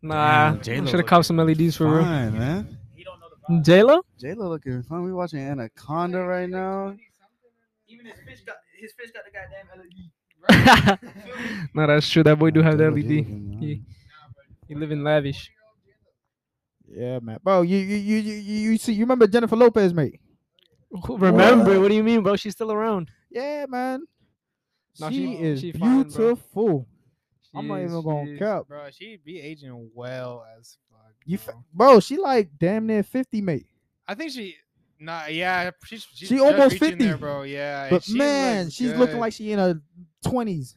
Nah, Damn, J-Lo I should have caught looking some LEDs for real. Fine, man. J Lo? J Lo looking fun. We watching Anaconda right now. Even his fish got his fish got the goddamn LED. no, that's true. That E boy do have the J-Lo did LED. looking fine. He, he living lavish. Yeah, man, bro. You you you you you- you see? You remember Jennifer Lopez, mate? Remember? What? do you mean, bro? She's still around. Yeah, man. No, she, she- is she fine, bro. beautiful. I'm not even gonna cap. Bro, she be aging well as fuck. You, f- bro. bro, she like damn near fifty, mate. I think she. Nah, yeah, she's, she's She just almost reaching 50, there, bro. Yeah, and But she man, looks she's looking good. like she in her twenties.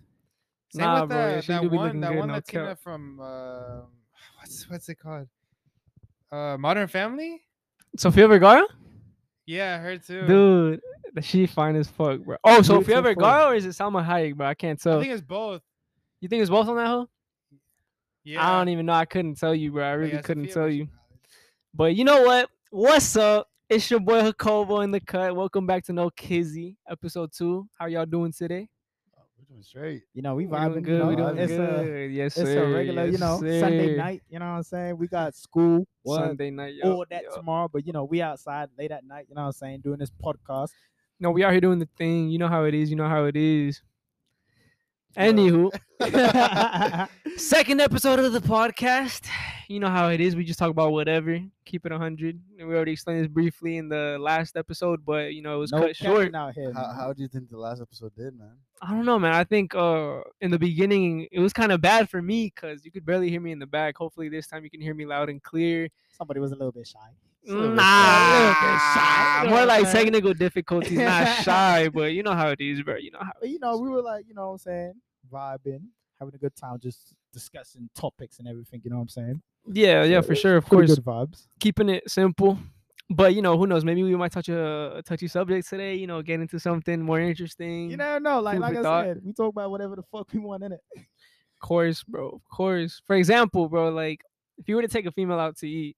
Same Nah, with bro, yeah, that, she that do be one, looking that good one now, Latina cap. from um what's what's it called? Uh, Modern Family. Sofia Vergara? Yeah, her too. Dude, th- she fine as fuck, bro. Oh, Sofia Beautiful. Vergara or is it Salma Hayek, bro? I can't I tell. think it's both. you think it's both on that hoe? Yeah, I don't even know. I couldn't tell you, bro. I but really yeah, couldn't Sophia tell was- you. But you know what? What's up? It's your boy Jacobo in the cut. Welcome back to No Kizzy, episode two. How y'all doing today? Oh, We're doing straight. You know, we We doing vibing. good. you we know, doing it's a good. yes, it's sir. a regular, you yes, know, Sunday sir. night. You know what I'm saying? We got school Sunday. Sunday night. Yo, all that yo. tomorrow, but you know, we outside late at night, you know what I'm saying, doing this podcast. No, we out here doing the thing. You know how it is. You know how it is. Anywho, second episode of the podcast. You know how it is. We just talk about whatever. Keep it 100. And we already explained this briefly in the last episode, but you know, it was no cut short. capping out here. How, man. how do you think the last episode did, man? I don't know, man. I think uh in the beginning it was kind of bad for me cuz you could barely hear me in the back. Hopefully this time you can hear me loud and clear. Somebody was a little bit shy. little bit "Oh, shy, Nah, you know what more I'm like saying? technical difficulties, not shy, but you know how it is, bro. You know how But you know, we were like, you know what I'm saying, vibing, having a good time, just discussing topics and everything, you know what I'm saying? Yeah, yeah, So for sure. Of Pretty course, good vibes. keeping it simple. But you know, who knows? Maybe we might touch a, a touchy subject today. You know, get into something more interesting. You never know. Mm. Like food like for I thought. said, we talk about whatever the fuck we want in it. of course, bro. Of course. For example, bro, like if you were to take a female out to eat,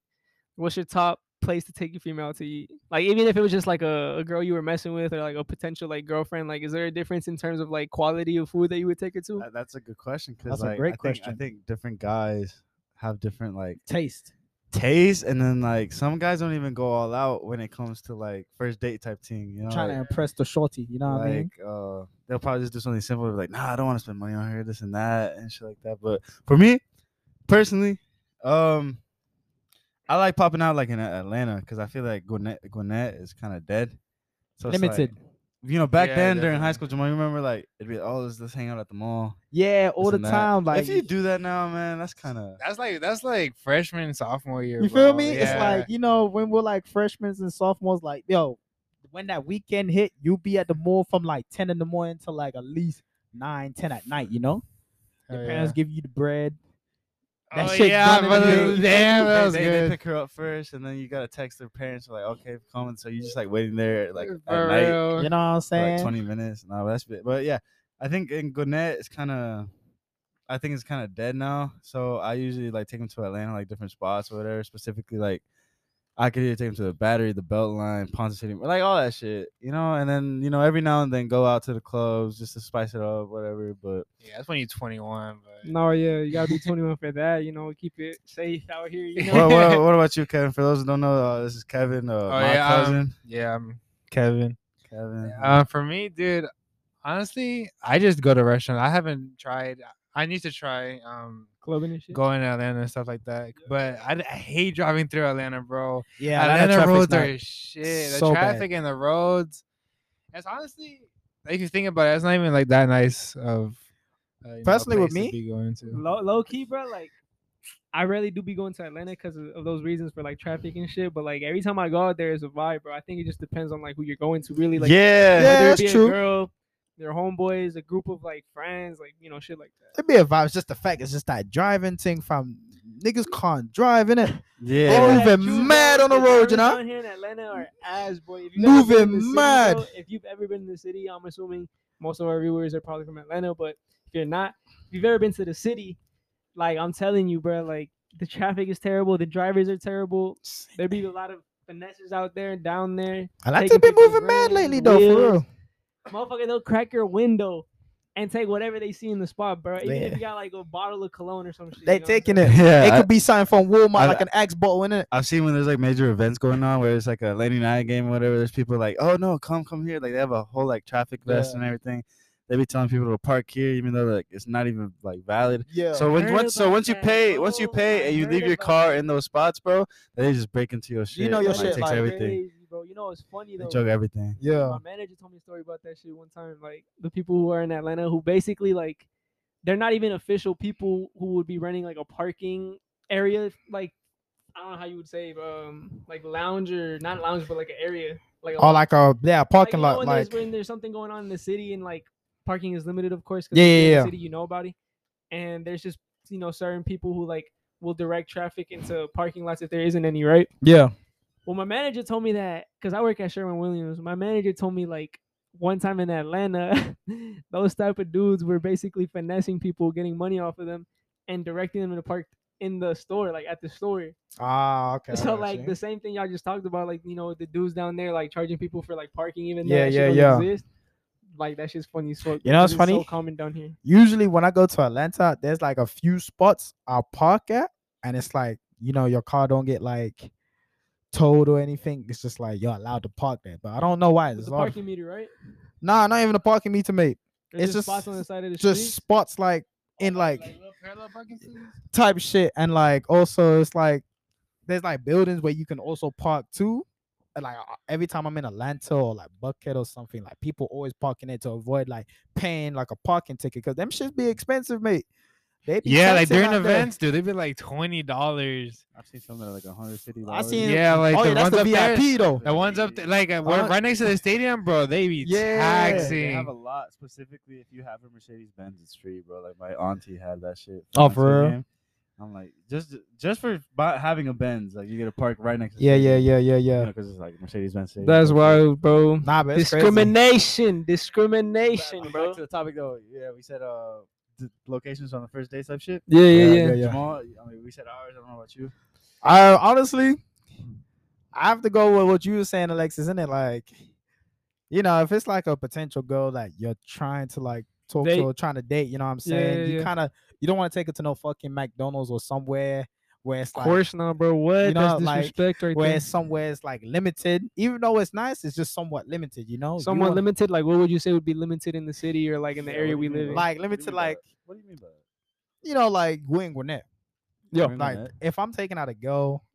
what's your top place to take your female out to eat? Like even if it was just like a, a girl you were messing with or like a potential like girlfriend, like is there a difference in terms of like quality of food that you would take her to? That- that's a good question. Cause That's a like, great I think, I question. think different guys have different like Taste. taste, and then like some guys don't even go all out when it comes to like first date type thing. You know, Trying to like, impress the shorty, you know what I mean? like uh they'll probably just do something simple like nah i don't want to spend money on her this and that and shit like that but for me personally um i like popping out like in A- atlanta because i feel like gwinnett gwinnett is kind of dead so it's like- Limited. you know back Yeah, then during high definitely. school Jamal, you remember like it'd be oh let's, let's hang out at the mall yeah, all this the and that. time. Like if you do that now man that's kind of That's like that's like freshman sophomore year. You feel bro. me? It's Yeah. like you know when we're like freshmen and sophomores, like yo, when that weekend hit, you be at the mall from like ten in the morning to like at least nine, ten at night. You know, Hell your yeah. parents give you the bread. that oh, shit yeah, done in brother, the- damn, that they, was they, good. they pick her up first and then you gotta text their parents like okay coming so you're just like waiting there like at For night real. You know what I'm for, saying? like 20 minutes. No, that's bit. But yeah, I think in Gwinnett, it's kind of, I think it's kind of dead now. So I usually like take them to Atlanta, like different spots or whatever. Specifically, like I could either take them to the Battery, the Beltline, Ponce City, like all that shit, you know. And then you know every now and then go out to the clubs just to spice it up, whatever. But Yeah, that's when you're 21. But Mm. No, yeah, you gotta be 21 for that. You know, keep it safe out here. You know? what, what, what about you, Kevin? For those who don't know, uh, this is Kevin, uh, my yeah, um, cousin. yeah, I'm Kevin. Kevin. Uh, for me, dude, honestly, I just go to restaurants. I haven't tried. I need to try um Clubbing and shit. going to Atlanta and stuff like that. But I, d- I hate driving through Atlanta, bro. yeah, Atlanta Atlanta traffic's roads not- are shit. The so bad. traffic and the roads. It's honestly, like, if you think about it, it's not even like that nice of. Uh, you know, a Personally, with me, place to be going to. low, low key, bro. Like, I rarely do be going to Atlanta because of, of those reasons for like traffic and shit. But like every time I go out there, it's a vibe, bro. I think it just depends on like who you're going to, really. Like, yeah. whether Yeah, it that's be a true. girl, their homeboys, a group of like friends, like you know, shit like that. It be a vibe. It's just the fact. It's just that driving thing from niggas can't drive in it. Yeah. Oh, Moving mad on the road, you know? down here in Atlanta are ass, boy. If you've ever Moving been in the city, mad. bro, if you've ever been in the city, I'm assuming most of our viewers are probably from Atlanta, but if you're not, if you've ever been to the city, like I'm telling you, bro, like the traffic is terrible, the drivers are terrible. There be a lot of finesses out there and down there. I like Taking to be people's moving mad rims, lately though, for wheels. real. Motherfucker, they'll crack your window and take whatever they see in the spot, bro. Even if Yeah. you got like a bottle of cologne or some shit. They you know what I'm taking saying? it. Yeah, it I- could be something from Walmart, I- like an axe bottle in it. I've seen when there's like major events going on where it's like a late night game or whatever. There's people like, oh no, come come here. Like they have a whole like traffic vest and everything. They be telling people to park here even though like it's not even like valid. Yeah. So when, heard once so about once you that. pay once you Oh, pay I and you heard leave your about car that. in those spots, bro, they just break into your shit. know your and, shit, Like, takes like, everything. Crazy, bro. You know it's funny They though. took everything. yeah. My manager told me a story about that shit one time. Like the people who are in Atlanta who basically like they're not even official people who would be renting like a parking area like I don't know how you would say um like lounge or not lounge but like an area like a Or like a yeah parking you know lot, when like there's, when there's something going on in the city and like parking is limited, of course. 'cause Yeah, if yeah, you're in the yeah. City, you know about it, and there's just you know certain people who like will direct traffic into parking lots if there isn't any, right? yeah. Well, my manager told me that because I work at Sherman Williams. My manager told me like one time in Atlanta, those type of dudes were basically finessing people, getting money off of them, and directing them to park in the store, like at the store. Ah, okay. I So got like you. the same thing y'all just talked about, like you know the dudes down there like charging people for like parking, even though Yeah, that yeah, shit yeah. don't exist. Like that shit's funny as fuck. You know what's because it's funny? So common down here. usually when I go to Atlanta, there's like a few spots I'll park at, and it's like you know your car don't get like towed or anything. It's just like you're allowed to park there, but I don't know why. It's There's a a lot of- parking meter, right? nah, not even a parking meter, mate. There's It's just spots on just- the side of the Just street. spots like Oh, in like little parallel parking spaces? type shit, and like also it's like there's like buildings where you can also park too. And like uh, every time I'm in Atlanta or like Buckhead or something, like people always parking there to avoid like paying like a parking ticket because them shits be expensive, mate. They be Yeah, like taxing during out there. events, dude, they've been like twenty dollars. I've seen some that are like 150. I seen Yeah, like oh the yeah, that's ones the up there. VIP though. The ones up there, like uh, we're Uh, right next to the stadium, bro. They be Yeah. taxing. They have a lot specifically if you have a Mercedes Benz, it's free, bro. Like my auntie had that shit. Oh, my for senior real? game. I'm like, just just for bu- having a Benz, like you get to park right next. to Yeah, yeah, yeah, yeah, yeah. Because it's like Mercedes Benz. bro. Nah, but it's crazy. Discrimination, discrimination, Back to the topic though. Yeah, we said uh d- locations on the first date type shit. Yeah, yeah, yeah. Jamal, I mean, we said ours. I don't know about you. I honestly, I have to go with what you were saying, Alexis. Isn't it like, you know, if it's like a potential girl that you're trying to like talk Date. to or trying to date, you know what I'm Yeah, saying? yeah, you yeah. kind of you don't want to take it to no fucking McDonald's or somewhere where it's Of like course not, bro. What? You know, That's like, disrespect right where there. it's somewhere it's like limited. Even though it's nice, it's just somewhat limited. You know, You Somewhat wanna- limited. Like, what would you say would be limited in the city or like in the Yeah, area what we do you mean, live in? bro? Like What do you limited, mean by like that? What do you mean by that? you know, like Gwen Gwinnett. Yeah. Green like Gwinnett? if I'm taking out a girl,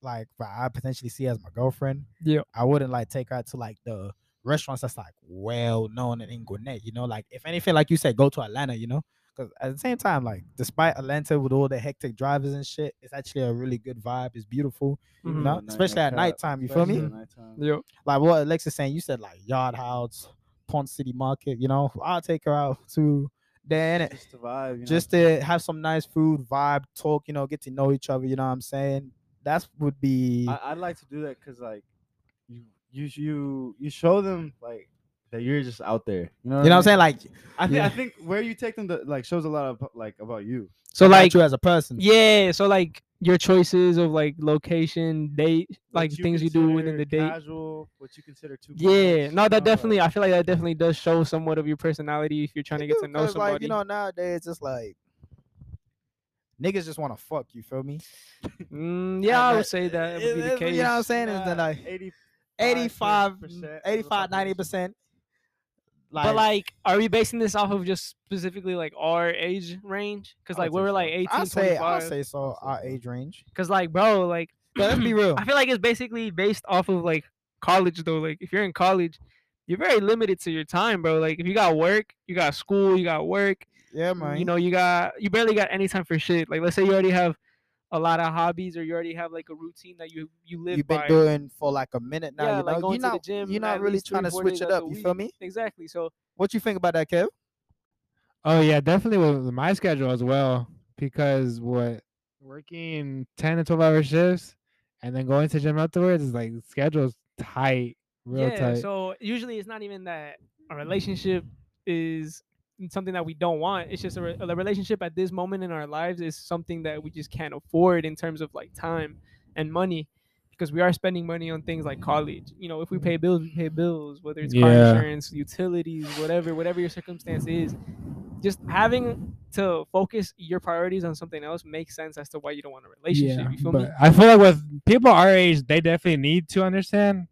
like that I potentially see as my girlfriend, Yeah. I wouldn't like take her to like the restaurants that's like well known in Gwinnett, you know. Like if anything, like you said, go to Atlanta, you know. Because at the same time, like despite Atlanta with all the hectic drivers and shit, it's actually a really good vibe. It's beautiful, you Mhm. know, Night- night Mm-hmm. especially at cap, nighttime. You feel especially me? at nighttime. Yeah. Like what Alexis saying, you said like Yard House, Pond City Market, you know. I'll take her out to there and Just to vibe. you know? just to have some nice food, vibe, talk, you know, get to know each other, you know what I'm saying? That would be I, I'd like to do that because like you you sh- you you show them like that you're just out there. You know you know what I'm saying? Like I think Yeah. I think where you take them to like shows a lot of like about you. So, about like, you as a person. yeah. So, like, your choices of like location, date, What like things you do within consider the date. Casual, what you consider too. Yeah, much, no, you know, that definitely. Like, I feel like that definitely does show somewhat of your personality if you're trying to get to know 'Cause, somebody. Like, you know, nowadays it's like niggas just want to fuck, you feel me? Mm, yeah, I that- would say that would be it- the it- case. You know what I'm saying? Is that nah, like 80 85 mm, percent of the 85 90% population. like, but like, are we basing this off of just specifically like our age range? Because I would like we say were so. like 18, I say I 25. say so I'll our say so. age range. Because like, bro, like, But let's be real. I feel like it's basically based off of like college though. Like, if you're in college, you're very limited to your time, bro. Like, if you got work, you got school, you got work. Yeah, man. you know you got you barely got any time for shit like let's say you already have a lot of hobbies or you already have like a routine that you you live you've been by doing for like a minute now, yeah, you know. like going you're to the not gym you're not at really least three, trying to four switch days it out up, the you feel week. me? exactly so What you think about that, Kev? Oh yeah, definitely with my schedule as well because what working ten to twelve hour shifts and then going to gym afterwards is like schedule's tight, real yeah tight. so usually it's not even that a relationship is something that we don't want it's just a, re- a relationship at this moment in our lives is something that we just can't afford in terms of like time and money because we are spending money on things like college. You know, if we pay bills, we pay bills, whether it's car Yeah. insurance, utilities, whatever, whatever your circumstance is. Just having to focus your priorities on something else makes sense as to why you don't want a relationship. you feel me? but I feel like with people our age, they definitely need to understand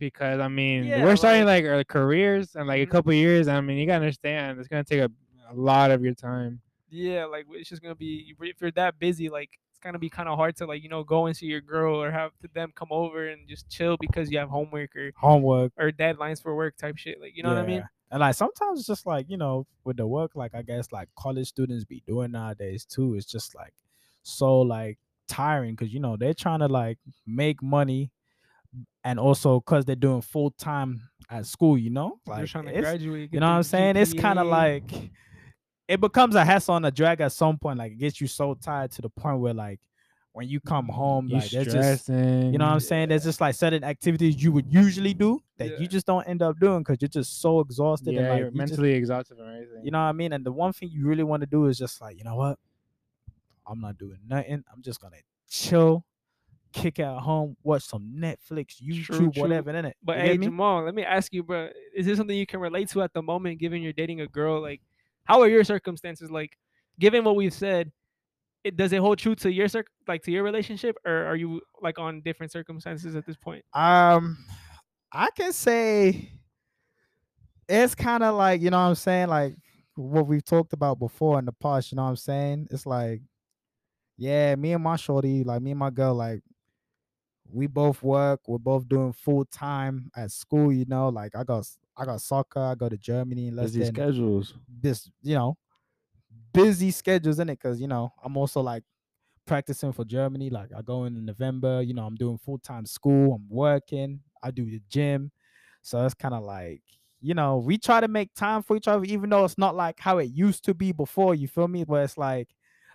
because I mean Yeah, Mm-hmm. we're starting like our careers and like a couple years. I mean you gotta understand it's gonna take a, a lot of your time. Yeah, like it's just gonna be if you're that busy, like it's gonna be kind of hard to like you know go and see your girl or have to them come over and just chill because you have homework or homework. or deadlines for work type shit. Like you know what I mean? Yeah. And like sometimes it's just like, you know, with the work, like I guess like college students be doing nowadays too. It's just like so like tiring because you know they're trying to like make money and also because they're doing full time at school, you know? You're Like trying to it's- graduate. you know what I'm saying? It's kind of like it becomes a hassle and a drag at some point. Like it gets you so tired to the point where like when you come home, You like there's just stressing. you know what Mm-hmm. I'm saying? There's just like certain activities you would usually do that Yeah. you just don't end up doing because you're just so exhausted and Yeah, like you're you just- mentally exhausted and everything. you know what I mean? And the one thing you really want to do is just like, you know what? I'm not doing nothing. I'm just gonna chill, kick out home, watch some Netflix, YouTube, true. whatever, innit? But you hey, get me? Jamal, let me ask you, bro. Is this something you can relate to at the moment, given you're dating a girl? Like, how are your circumstances? Like, given what we've said, it, does it hold true to your circ- like to your relationship, or are you like on different circumstances at this point? Um, I can say it's kind of like you know what I'm saying, like what we've talked about before in the past. You know what I'm saying? It's like, yeah, me and my shorty, like me and my girl, like we both work. We're both doing full time at school. You know, like I got s- I got soccer. I go to Germany in less Busy than schedules. this. You know, busy schedules in it because you know I'm also like practicing for Germany. Like I go in in November. You know, I'm doing full time school. I'm working. I do the gym. So it's kind of like you know we try to make time for each other, even though it's not like how it used to be before. You feel me? Where it's like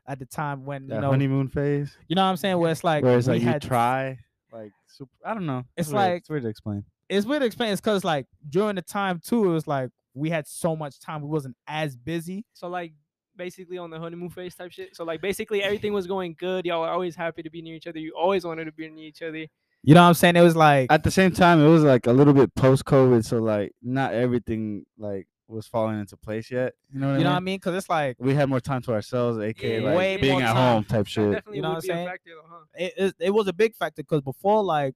at the time when That you know honeymoon phase. you know what I'm saying. Where it's like where it's we like you had- try, like super, I don't know. It's weird. like- it's weird to explain. It's weird to explain. It's because like during the time too, it was like we had so much time. We wasn't as busy. So like. Basically on the honeymoon phase type shit. So like basically everything was going good. Y'all were always happy to be near each other. You always wanted to be near each other. You know what I'm saying? It was like At the same time, it was like a little bit post COVID, so like not everything like was falling into place yet. You know what you know I what I mean? mean? Because it's like We had more time to ourselves, aka Yeah, like way being more at time. home type That shit. definitely You know would what I'm be saying? a factor though, huh? it, it, it was a big factor because before like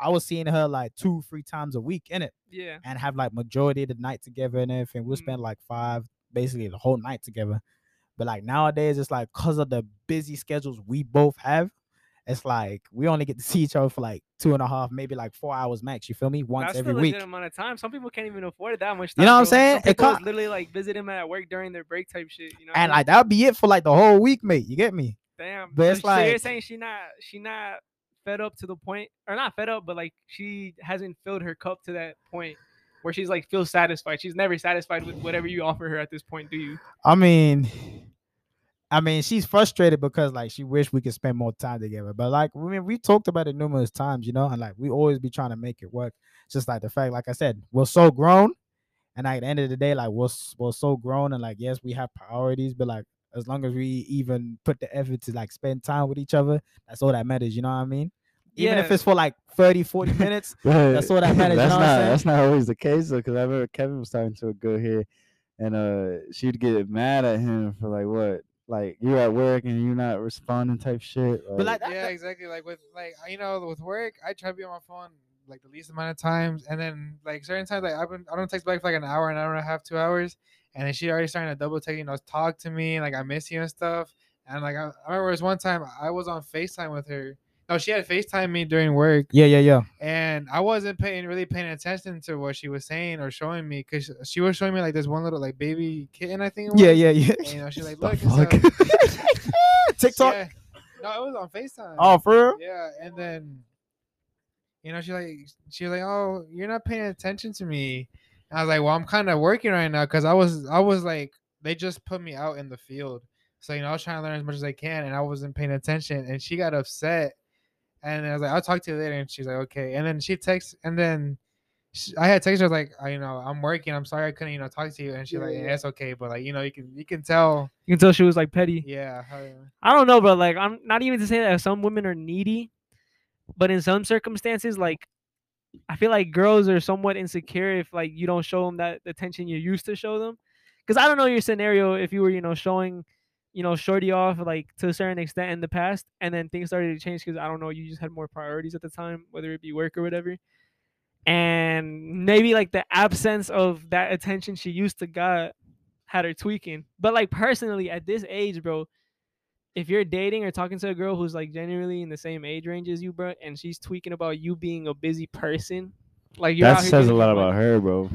I was seeing her like two, three times a week in it Yeah. and have like majority of the night together and everything. We'll Mhm. spend like five, basically the whole night together. But like nowadays, it's like because of the busy schedules we both have, it's like we only get to see each other for like two and a half, maybe like four hours max. You feel me? Once That's every still a week. legit amount of time. Some people can't even afford that much. Time, You know what I'm bro. Some saying? It people can't- literally like visit him at work during their break type shit. You know. what I And mean? like that'll be it for like the whole week, mate. You get me? Damn. But so it's sh- so you're like- saying she not she not fed up to the point, or not fed up, but like she hasn't filled her cup to that point where she's like feels satisfied. She's never satisfied with whatever you offer her at this point, do you? I mean, I mean, she's frustrated because like she wish we could spend more time together. But like, I mean, we talked about it numerous times, you know, and like we always be trying to make it work. It's just like the fact, like I said, we're so grown, and like, at the end of the day, like we're s- we're so grown, and like yes, we have priorities, but like as long as we even put the effort to like spend time with each other, that's all that matters. You know what I mean? Even if Yeah. it's for like 30, 40 minutes, That's all that matters, you that's know what I'm not saying? that's not always the case though, because I remember Kevin was talking to a girl here, and uh, she'd get mad at him for like what, like you're at work and you're not responding type shit. but like that, yeah, exactly. Like with like you know with work, I try to be on my phone like the least amount of times, and then like certain times like I've been I don't text back for like an hour, an hour and a half, two hours, and then she already starting to double text, you know, talk to me like I miss you and stuff. And like I, I remember it was one time I was on Facetime with her. No, she had Facetime me during work, yeah, yeah, yeah. and I wasn't paying really paying attention to what she was saying or showing me because she was showing me like this one little like baby kitten I think. It was. Yeah, yeah, yeah. And, you know, she's like, the look, fuck? it's a, TikTok. Yeah. No, it was on Facetime. Oh, for real? Yeah, and then you know she like she like, "Oh, you're not paying attention to me." And I was like, "Well, I'm kind of working right now cuz I was I was like they just put me out in the field. So, you know, I was trying to learn as much as I can and I wasn't paying attention and she got upset. And I was like, "I'll talk to you later." And she's like, "Okay." And then she texts and then she, I had texted her like, I, you know, I'm working. I'm sorry I couldn't, you know, talk to you. And she's Yeah, like, yeah, yeah. it's okay, but like, you know, you can, you can tell, You can tell she was like petty. yeah, her- I don't know, bro. Like I'm not even to say that some women are needy, But in some circumstances, like I feel like girls are somewhat insecure if like you don't show them that attention you used to show them. Because I don't know your scenario if you were you know showing you know shorty off like to a certain extent in the past, and then things started to change because I don't know you just had more priorities at the time, whether it be work or whatever. And maybe like the absence of that attention she used to got had her tweaking. But like personally, at this age, bro, if you're dating or talking to a girl who's like generally in the same age range as you, bro, and she's tweaking about you being a busy person, like you're that out here says a doing lot too much. about her, bro.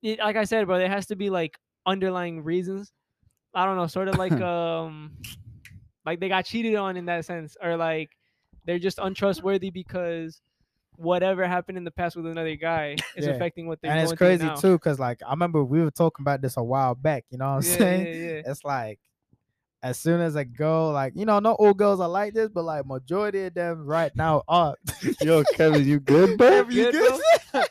Yeah, like I said, bro, there has to be like underlying reasons. I don't know, sort of like um, like they got cheated on in that sense, or like they're just untrustworthy because whatever happened in the past with another guy is Yeah. affecting what they're and going it's crazy through now. too, cause like I remember we were talking about this a while back. You know what I'm Yeah, saying? yeah, yeah. It's like as soon as a girl, like you know, not all girls are like this, but like majority of them right now are. Yo, Kevin, you good, bro? If you good, get-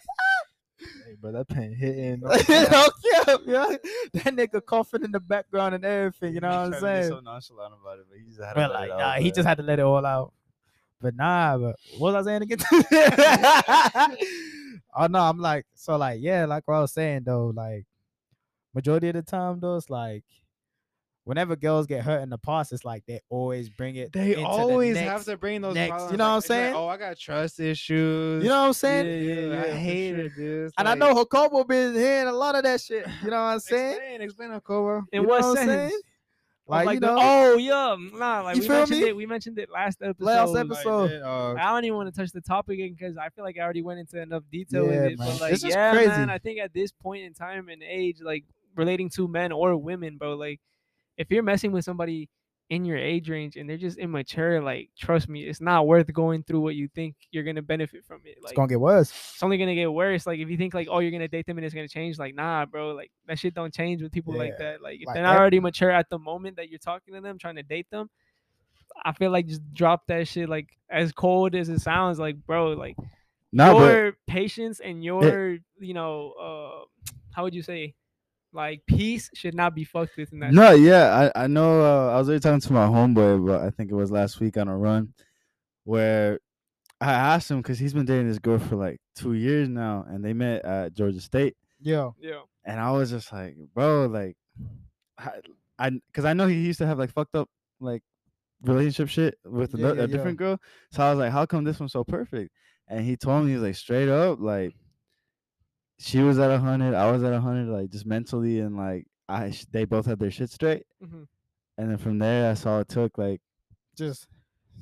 Hey, bro, that pain hitting. Don't care, yo. That nigga coughing in the background and everything. You know what I'm saying? So nonchalant about it, but he just had But like, nah, he just had to let it all out. But nah, but what was I saying again? oh no, I'm like, so like, yeah, like what I was saying though, like majority of the time though, it's like whenever girls get hurt in the past, it's like they always bring it. They into the always have next- to bring those. next, you problems, know what I'm it's like, saying? oh, I got trust issues. You know what I'm saying? I for hate sure. it, dude. It's And I like- know Hokobo been hearing a lot of that shit. You know what I'm saying? Explain, explain, Okobo. In You what know I'm sense? saying? Of, Like, Like, you the- know, oh yeah, mm, nah, like You we feel mentioned me? it. We mentioned it last episode. last like, episode. So- Like, uh, I don't even want to touch the topic again because I feel like I already went into enough detail Yeah, with it. man. But like, This is yeah, crazy. man, I think at this point in time and age, like relating to men or women, bro, like if you're messing with somebody in your age range and they're just immature, like trust me, it's not worth going through what you think you're gonna benefit from it. Like it's gonna get worse. it's only gonna get worse. Like if you think like, oh, you're gonna date them and it's gonna change, like nah, bro, like that shit don't change with people like that. Like if Like they're not ev- already mature at the moment that you're talking to them, trying to date them, I feel like just drop that shit. Like as cold as it sounds, like bro, like Nah, but your patience and your you know, uh, how would you say, like peace should not be fucked with in that. no, yeah, I I know. Uh, I was already talking to my homeboy, but I think it was last week on a run where I asked him because he's been dating this girl for like two years now, and they met at Georgia State. Yo, Yeah, and I was just like, bro, like, I, I, cause I know he used to have like fucked up like relationship shit with Yeah, ano- yeah, a different girl. So I was like, how come this one's so perfect? And he told me, he's like, straight up, like, she was at a hundred, I was at a hundred, like, just mentally, and like, I, sh- they both had their shit straight. Mm-hmm. Mhm. And then from there, I saw it took like, just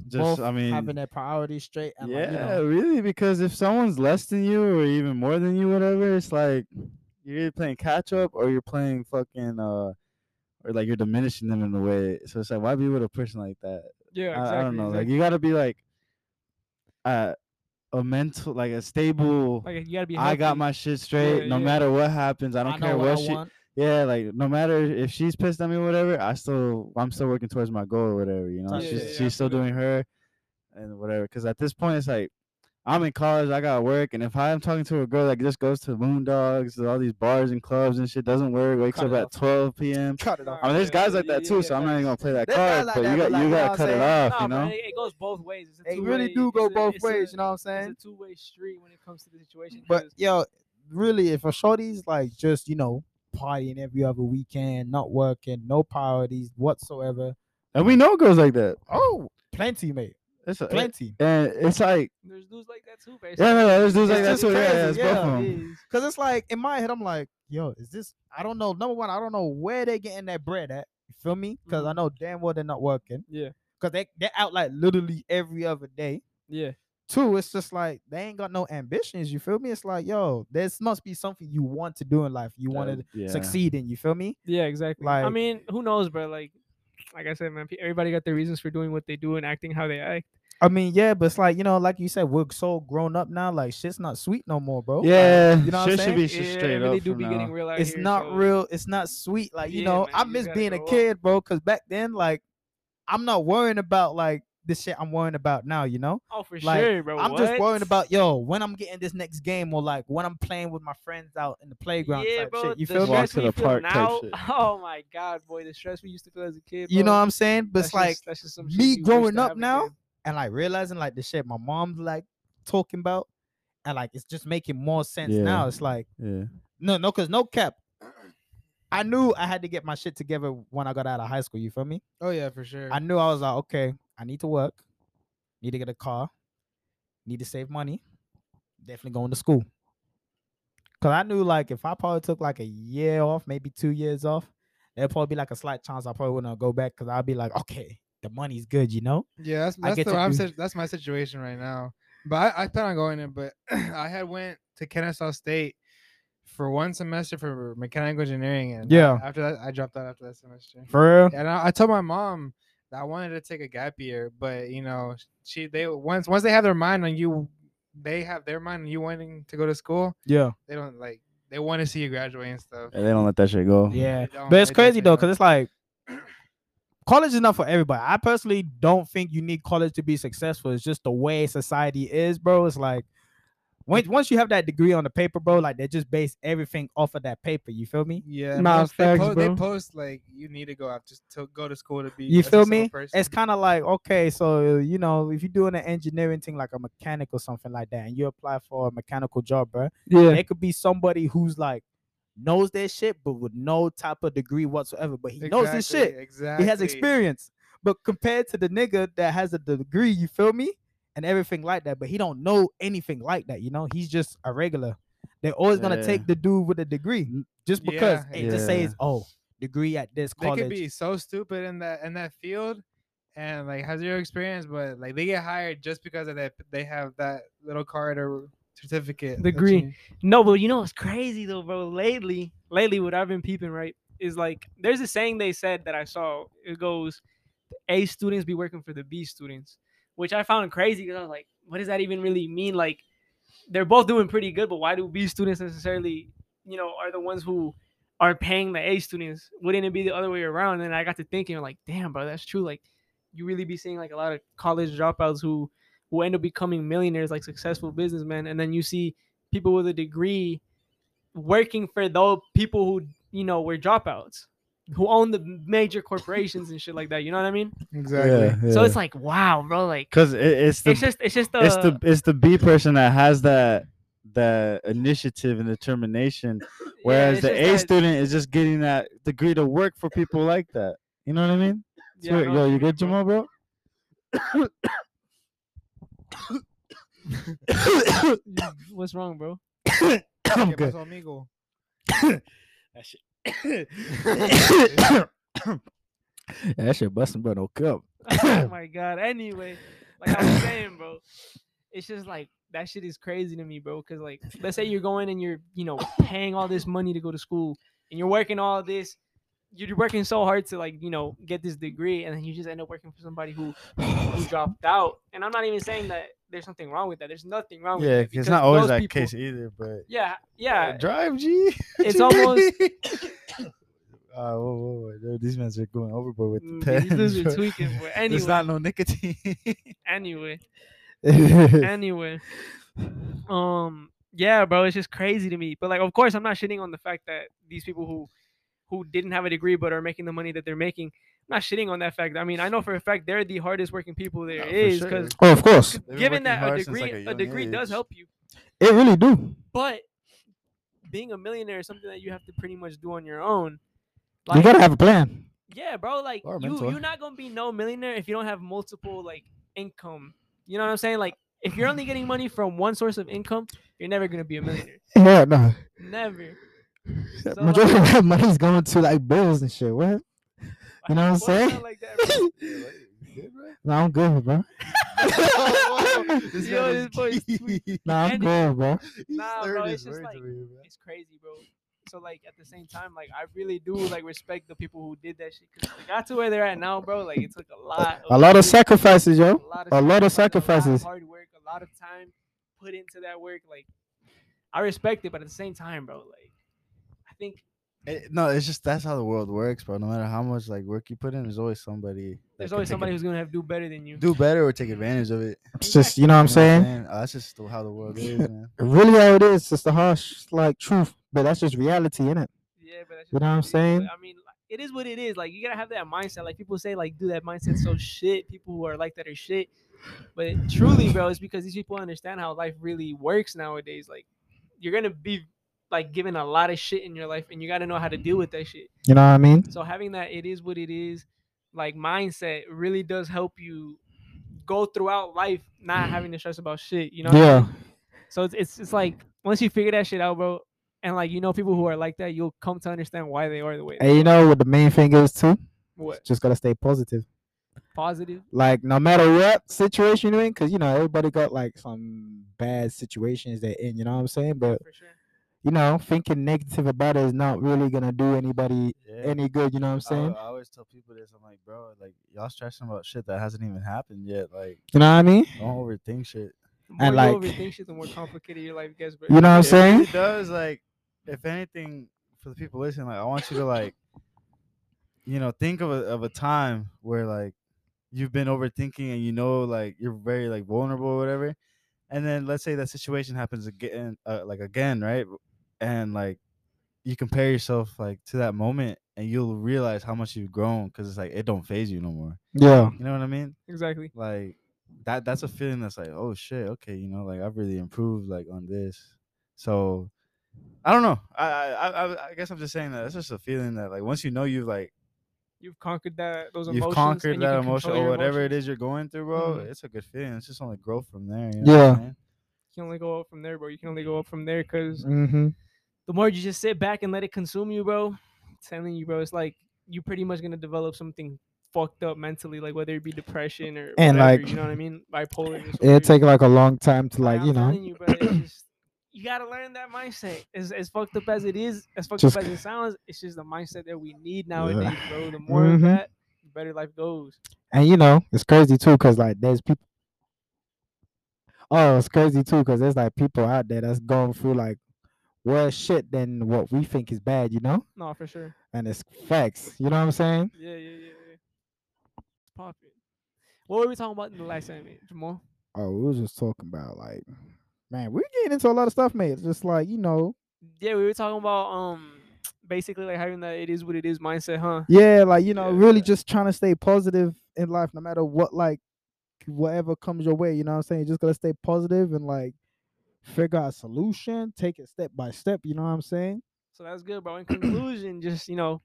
just both I mean, having their priorities straight and yeah, like, you know, really, because if someone's less than you or even more than you, whatever, it's like you're either playing catch up or you're playing fucking uh or like you're diminishing them in a way. So it's like why be with a person like that? yeah, I- exactly. I, don't know. Like exactly. you gotta be like uh a mental like a stable Like, you gotta be. I got healthy. my shit straight. no yeah. matter what happens, I don't know care what what, I she. want. Yeah, like no matter if she's pissed at me, or whatever. I still, I'm still working towards my goal or whatever. You know, Type she's shit. Yeah, she's still absolutely. doing her, and whatever. Because at this point, it's like I'm in college, I got work, and if I'm talking to a girl that just goes to Moondogs, to all these bars and clubs and shit, doesn't work, wakes Cut up it at off. 12 p.m. Cut it off. I mean, there's Yeah, guys like yeah, that yeah, too, yeah, so I'm not even gonna play that There's guys card. like but that, you but got like, you you know gotta what cut I'm it saying? off, No, you but know. it, it goes both ways. It's a They two-way- really do go it's a- both it's a- ways. you know what I'm saying? It's a two-way street when it comes to the situation. But 'cause- yo, really, if a shorty's like just you know partying every other weekend, not working, no priorities whatsoever. And we know girls like that. Oh, plenty, mate, It's a, Uh, it- plenty. and it's like There's dudes like that too, basically. yeah, no, no, there's dudes like that just too. Yeah, crazy, yeah, it's both of 'em. Cause it's like in my head, I'm like, yo, is this? I don't know. Number one, I don't know where they getting that bread at. You feel me? Cause I Mm-hmm. Mhm. know damn well they're not working. Yeah. Cause they they out like literally every other day. Yeah. Two, it's just like they ain't got no ambitions. You feel me? It's like, yo, this must be something you want to do in life. You want to yeah. succeed in. You feel me? Yeah, exactly. I Like- mean, who knows, bro? Like, like I said, man, pe- everybody got their reasons for doing what they do and acting how they act. I mean, yeah, but it's like you know, like you said, we're so grown up now. Like shit's not sweet no more, bro. Like, Yeah, you know what I'm shit saying? should be sh- Yeah, straight it really up do from be now. getting real out it's here, not so- real. It's not sweet. Like you Yeah, know, man, I you miss gotta being a grow up. kid, bro. Cause back then, like, I'm not worrying about like the shit I'm worrying about now. You know, Oh, for Like, sure, bro. I'm just worrying what? about yo when I'm getting this next game or like when I'm playing with my friends out in the playground. Yeah, type bro. shit. You the feel me? Walk stress to we the feel park type now, shit. Oh my god, boy, the stress we used to feel as a kid. You know bro, what I'm saying? But that's it's like just, that's just some shit me you wish growing to up have now, again. and like realizing like the shit my mom's like talking about, and like it's just making more sense Yeah. now. It's like Yeah. no, no, cause no cap. I knew I had to get my shit together when I got out of high school. You feel me? Oh yeah, for sure. I knew I was like, okay, I need to work, need to get a car, need to save money, definitely going to school. Cause I knew like if I probably took like a year off, maybe two years off, there'd probably be like a slight chance I probably wouldn't go back. Cause I'd be like, okay, the money's good, you know? Yeah, that's, I that's get the to I'm do- sit- that's my situation right now. But I, I plan on going in, but I had went to Kennesaw State for one semester for mechanical engineering, and Yeah. after that I dropped out after that semester. For real. And I, I told my mom that I wanted to take a gap year, but you know, she they once once they have their mind on you, they have their mind on you wanting to go to school. Yeah. They don't like they want to see you graduate and stuff. And they don't let that shit go. Eh, Yeah. They don't- But it's they just crazy say though, no. because it's like college is not for everybody. I personally don't think you need college to be successful. It's just the way society is, bro. It's like once once you have that degree on the paper, bro, like they just base everything off of that paper. You feel me? yeah, and Miles most- they, facts, po- they bro. post like you need to go out just to go to school to be. You a feel successful me? Person. It's kind of like okay, so you know, if you're doing an engineering thing, like a mechanic or something like that, and you apply for a mechanical job, bro, Yeah. it could be somebody who's like knows their shit, but with no type of degree whatsoever, but he knows his Exactly, shit. Exactly. he has experience. But compared to the nigga that has a degree, you feel me, and everything like that, but he don't know anything like that. You know, he's just a regular. They're always gonna Yeah. take the dude with a degree n- just because Yeah, it just yeah. says, "Oh, degree at this They college." could be so stupid in that in that field, and like has zero experience, but like they get hired just because of that. They have that little card or certificate. that Degree. you- No, but you know what's crazy though, bro? Lately, lately, what I've been peeping right is like there's a saying they said that I saw. It goes, A students be working for the B students, which I found crazy because I was like, what does that even really mean? Like, they're both doing pretty good, but why do B students necessarily, you know, are the ones who are paying the A students? Wouldn't it be the other way around? And I got to thinking, like, damn, bro, that's true. Like, you really be seeing like a lot of college dropouts who who end up becoming millionaires, like successful businessmen, and then you see people with a degree working for those people who you know were dropouts who own the major corporations and shit like that you know what i mean Exactly. so it's like wow bro like because it, it's the it's just it's just the, it's the it's the B person that has that that initiative and determination, whereas it's the just A that- student is just getting that degree to work for people like that. You know what I mean? yeah, Sweet. no, Yo, it's you true, good, bro. Jamal, bro? You- what's wrong bro I'm Que good. pasó, amigo? that shit busting, bro. No cup. oh my god. Anyway, like I was saying, bro, it's just like that shit is crazy to me, bro. Cause like, let's say you're going and you're, you know, paying all this money to go to school, and you're working all this, you're working so hard to like, you know, get this degree, and then you just end up working for somebody who who dropped out. And I'm not even saying that there's something wrong with that. There's nothing wrong with Yeah, that. it's because not always those that people- case either, but Yeah, yeah. drive G. It's almost Uh, whoa, whoa, whoa. Yo, These men are going overboard with the Mm, pens. these dudes are bro. tweaking, but anyway, There's not no nicotine. anyway. anyway, um, yeah, bro, it's just crazy to me. But like, of course, I'm not shitting on the fact that these people who who didn't have a degree but are making the money that they're making. I'm not shitting on that fact. I mean, I know for a fact they're the hardest working people there Nah, for is sure. because oh, of course, been given working that a hard since, like, degree a a, young degree does age. help you, it really do. but being a millionaire is something that you have to pretty much do on your own. you gotta have a plan. Yeah, bro. Like Or a you, mentor. you're not gonna be no millionaire if you don't have multiple like income. You know what I'm saying? Like if you're only getting money from one source of income, you're never gonna be a millionaire. Yeah, no. never. That So, like- of that money's going to like bills and shit. What? You know what I'm Why you sound saying? Like that, bro? No, I'm good, bro. This Yo, guy this is boy is geek. tweaking. No, And- good, bro. He Nah, slurred bro, his it's just words like- over here, bro. it's crazy, bro. So like at the same time, like I really do like respect the people who did that shit because they got to where they're at now, bro. Like it took a lot, A lot of years. sacrifices, yo. A lot of a lot sacrifices. of hard work, a lot of time put into that work. Like, I respect it, but at the same time, bro, like, I think It- Eh, no, it's just that's how the world works, bro. No matter how much like work you put in, there's always somebody. that there's can always take somebody ad- who's gonna have do better than you. do better or take advantage of it. It's just, you know what I'm You know what saying? saying? Uh, That's just the- how the world is, man. really how it is. It's the harsh like truth, but that's just reality, innit? Yeah, but that's You just know what I'm it is, but saying? I mean, like, it is what it is. Like you gotta have that mindset. Like people say, like, dude, that mindset's so shit. People who are like that are shit. But truly, bro, it's because these people understand how life really works nowadays. Like you're gonna be like given a lot of shit in your life, and you gotta know how to deal with that shit. You know what I mean? So having that it is what it is, like mindset really does help you go throughout life not having to stress about shit. You know? what I yeah. mean? So it's, it's it's like once you figure that shit out, bro, and like you know people who are like that, you'll come to understand why they are the way. And they you are. know what the main thing is too? what Just gotta stay positive. positive? Like no matter what situation you're in, because you know everybody got like some bad situations they're in. You know what I'm saying? But For sure. you know, thinking negative about it is not really gonna do anybody Yeah. any good. You know what I'm I, al- saying? Uh, I always tell people this. I'm like, bro, like y'all stressing about shit that hasn't even happened yet. Like, You know what I mean? don't overthink shit. The And, more you like- overthink shit, the more complicated your life gets. Bro. You know what I'm It really saying? does like, if anything, for the people listening, like, I want you to like, you know, think of a of a time where like you've been overthinking and you know like you're very like vulnerable or whatever, and then let's say that situation happens again, uh, like again, right? And like you compare yourself like to that moment and you'll realize how much you've grown because it's like it don't phase you no more. Yeah. You know what I mean? exactly. like that that's a feeling that's like oh shit okay you know like i've really improved like on this so i don't know i i i, I guess i'm just saying that it's just a feeling that like once you know you've like You've conquered that those emotions. you've conquered and you that can emotion control or your whatever it emotions. is you're going through bro Mhm. it's a good feeling it's just only growth from there you know what I'm Yeah. saying? You can only go up from there, bro. You can only go up from there because Mm-hmm. the more you just sit back and let it consume you, bro. Telling you, bro, it's like you pretty much gonna develop something fucked up mentally, like whether it be depression or And, whatever, like, you know what I mean, bipolar. It'll disorder. take like a long time to Like, like, you I'm know. telling you, bro, it's just, you gotta learn that mindset. As, as fucked up as it is, as fucked Just- up as it sounds, it's just the mindset that we need nowadays, bro. The more Mhm. of that, the better life goes. And you know, it's crazy too, cause like there's people. Oh, it's crazy too, cause there's like people out there that's going through like worse shit than what we think is bad, you know. No, for sure. And it's facts, you know what I'm saying? Yeah, yeah, yeah, yeah. It's popping. What were we talking about in the last segment, Jamal? Oh, we was just talking about like, man, we're getting into a lot of stuff, mate. It's just like you know, Yeah, we were talking about um basically like having that it is what it is mindset, huh? yeah, like you know, Yeah, really yeah. just trying to stay positive in life, no matter what, like whatever comes your way. You know what I'm saying? You just gotta stay positive and like figure out a solution, take it step by step. You know what I'm saying? So that's good, bro. In conclusion, just you know,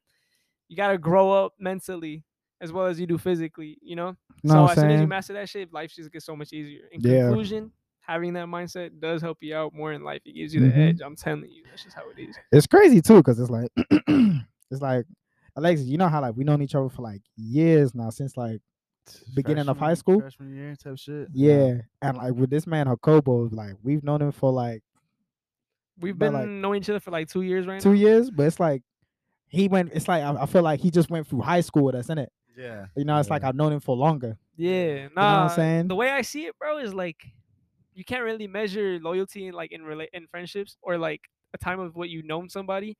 you gotta grow up mentally as well as you do physically, you know? Know so what I'm as soon as you saying? master that shit, life just gets so much easier. In Yeah. conclusion, having that mindset does help you out more in life. It gives you the Mhm. edge. I'm telling you, that's just how it is. it's crazy too because it's like it's like Alexis, you know how like we known each other for like years now since like Beginning of high Freshman- school? freshman year type shit yeah, and like with this man Jacobo, like we've known him for like We've But, been like, knowing each other for like two years right two now. years, but it's like he went. It's like I, I feel like he just went through high school with us, innit? yeah You know, it's like Yeah. I've known him for longer. Yeah. You know what Nah. I'm saying? The way I see it, bro, is like you can't really measure loyalty in like in rela- in friendships or like a time of what you known somebody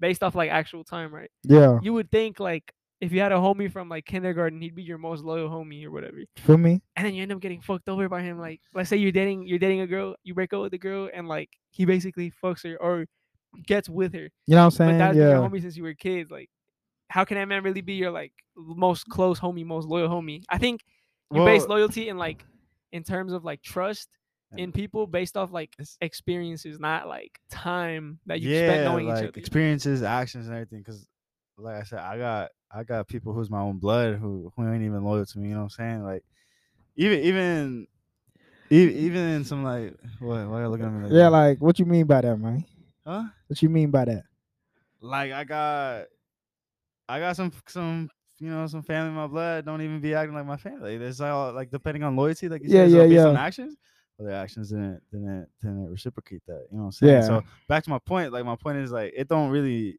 based off like actual time, right? Yeah, You would think like if you had a homie from like kindergarten, he'd be your most loyal homie or whatever. feel me? and then you end up getting fucked over by him. Like, let's say you're dating, you're dating a girl, you break up with the girl, and like he basically fucks her or gets with her. You know what I'm but saying? that's been your Yeah, homie since you were kids. Like, how can that man really be your like l- most close homie, most loyal homie? I think you base Well- loyalty in like in terms of like trust Yeah. in people based off like It's- experiences, not like time that you yeah spent knowing like each other. experiences actions and everything because like i said i got i got people who's my own blood who who ain't even loyal to me you know what i'm saying like even even e- even in some like what why are you looking at me like yeah. that? Like, what you mean by that, man? huh What you mean by that? like I got, I got some some you know some family in my blood. Don't even be acting like my family. There's all like depending on loyalty, like you Yeah, said, it's all yeah, based on yeah. actions. Well, their actions didn't didn't didn't reciprocate that. You know what I'm saying? Yeah. So back to my point. Like my point is like it don't really.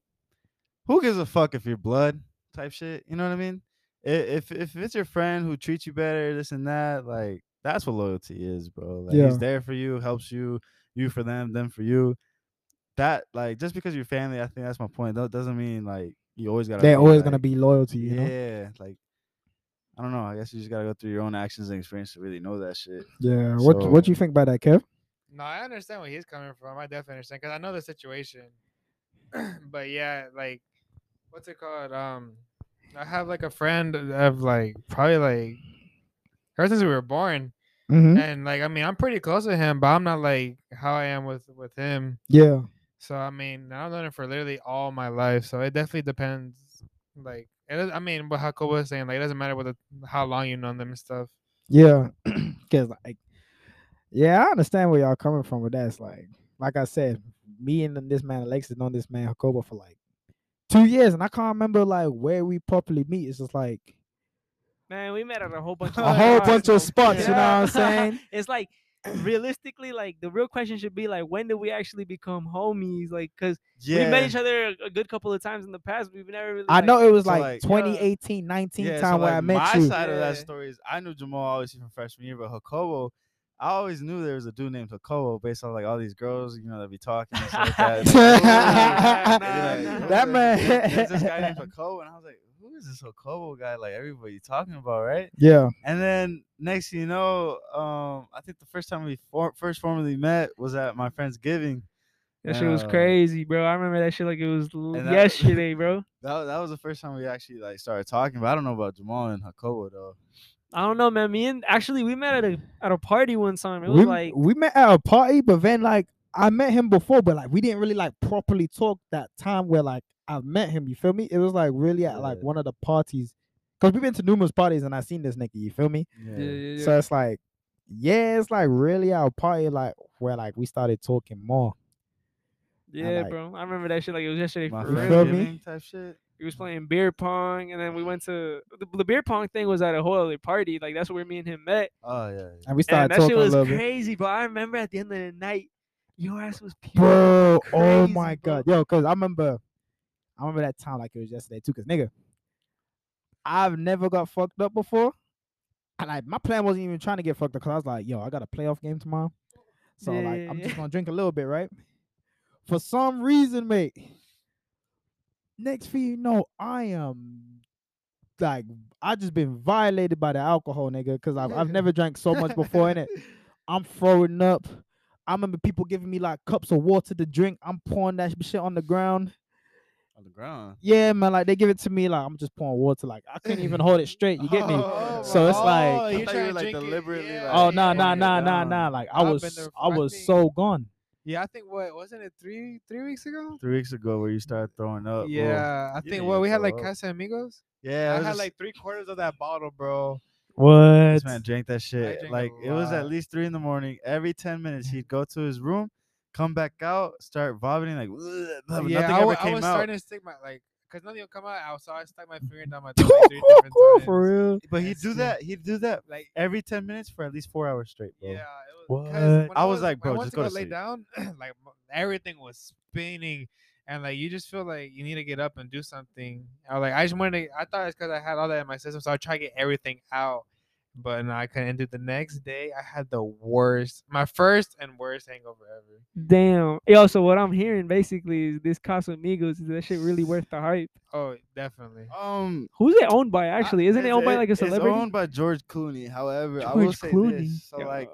Who gives a fuck if you're blood type shit? You know what I mean? I- If if it's your friend who treats you better, this and that, like that's what loyalty is, bro. Like Yeah. he's there for you, helps you, you for them, them for you that like just because you're family, I think that's my point. That doesn't mean like you always gotta. They're always like, gonna be loyal to you. you yeah, know? like I don't know. I guess you just gotta go through your own actions and experience to really know that shit. Yeah. What What you So- think about that, Kev? No, I understand where he's coming from. I definitely understand because I know the situation. but yeah, like what's it called? Um, I have like a friend of like probably like ever since we were born, Mm-hmm. and like I mean I'm pretty close to him, but I'm not like how I am with with him. Yeah. So I mean I've known him for literally all my life, so it definitely depends. Like it, does- I mean, what Hako was saying, like it doesn't matter what the, how long you know them and stuff. Yeah. Cause like yeah, I understand where y'all coming from with that's like like I said, me and then this man Alexis known this man Jacobo for like two years and I can't remember like where we properly meet. It's just like Man, we met at a whole bunch of a whole bars, bunch bro. of spots, you know what I'm saying? it's like realistically, like the real question should be like when did we actually become homies? Like cause Yeah. we met each other a- a good couple of times in the past, but we've never really I like, know it was so, like, like, yeah. 2018, 19 Yeah, so, time where like, I met my you. side of that Yeah. story is I knew Jamal obviously from freshman year, but Jacobo, I always knew there was a dude named Jacobo based on like all these girls, you know, that be talking and stuff like that. It's like, Nah, "Ooh," nah, you know, That like, man- "There- There's this guy named Jacobo, and I was like, who is this Jacobo guy? Like everybody talking about, right? Yeah. And then next thing you know, um, I think the first time we for- first formally met was at my friend's giving. that shit was uh, crazy, bro. I remember that shit like it was l- and that- yesterday, bro. That wa- that was the first time we actually like started talking. But I don't know about Jamal and Jacobo though. I don't know, man. Me and actually we met at a at a party one time. It was we, like we met at a party, but then like I met him before, but like we didn't really like properly talk that time where like I met him. You feel me? It was like really at like Yeah. one of the parties because we've been to numerous parties and I seen this nigga. You feel me? yeah, yeah, yeah. So it's like, yeah, it's like really at a party like where like we started talking more. yeah, like- bro. I remember that shit like it was yesterday My for You real. feel friend's me? giving type shit. we was playing beer pong, and then we went to the, the beer pong thing was at a whole other party. Like that's where me and him met, Oh yeah. yeah. And we and started that talking shit a was little bit. crazy. But I remember at the end of the night, your ass was pure. bro. oh crazy, my bro. god, yo, cause I remember, I remember that time like it was yesterday too. Cause nigga, I've never got fucked up before, and like my plan wasn't even trying to get fucked up. Cause I was like, yo, I got a playoff game tomorrow, so Yeah, like yeah, I'm yeah. just gonna drink a little bit, right? For some reason, mate. Next thing you know, I am like I just been violated by the alcohol, nigga. Cause I've I've never drank so much before in it. I'm throwing up. I remember people giving me like cups of water to drink. I'm pouring that shit on the ground. On the ground. Yeah, man, like they give it to me like I'm just pouring water. Like I couldn't even hold it straight. You get Oh, me? So it's like- I Oh, you're thought you trying were, to like, drink it. deliberately, Yeah, like, Oh yeah, nah, yeah, nah, yeah. nah, nah, down. nah. Like I I've was, been there I for- I was think- so gone. Yeah, I think what wasn't it three three weeks ago? Three weeks ago, where you started throwing up. bro. yeah, I you think didn't well we had throw like up. Casamigos. Yeah. it I was had just- like three quarters of that bottle, bro. What? This man drank that shit. drank a like it was at lot. least three in the morning. Every ten minutes, he'd go to his room, come back out, start vomiting. Like nothing yeah, I, ever wa- I came was out. starting to stick my like because nothing would come out. I was- so I stuck my finger down my throat like, three different times. For real? But he'd do Yes. that. He'd do that Like every ten minutes for at least four hours straight, bro. yeah, it What? was. 'cause when I was like, when bro, I went to just go go, to lay sleep. down. like m- everything was spinning, and like you just feel like you need to get up and do something. I was like, I just wanted. To, I thought it's because I had all that in my system, so I tried to get everything out. But no, I couldn't. And dude, the next day I had the worst, my first and worst hangover ever. Damn. Yo, so what I'm hearing basically is this Casamigos is that shit really worth the hype? Oh, definitely. Um, Who's it owned by? Actually, isn't it it's- owned by like a It's celebrity? owned by George Clooney. However, I George will say Clooney. this. So Yeah. like,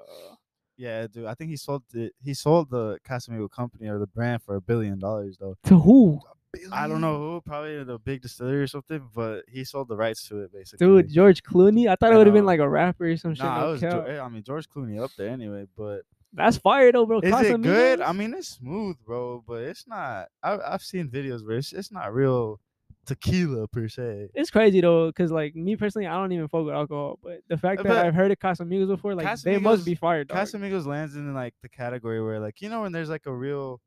yeah, dude, I think he sold it. He sold the Casamigo company or the brand for a billion dollars, though. To who? I don't know who, probably the big distillery or something, but he sold the rights to it basically. Dude, George Clooney. I thought it I would have been know. like a rapper or some shit. Nah, no I was. Geor- cap. I mean, George Clooney up there anyway, but That's fire though, bro. is it good? I Casamigos? mean, it's smooth, bro, but it's not. I, I've seen videos where it's, it's not real tequila per se. it's crazy though, cause like me personally, I don't even fuck with alcohol. But the fact that But I've heard of Casamigos before, like they must Casamigos- be fired. Casamigos lands in like the category where like you know when there's like a real,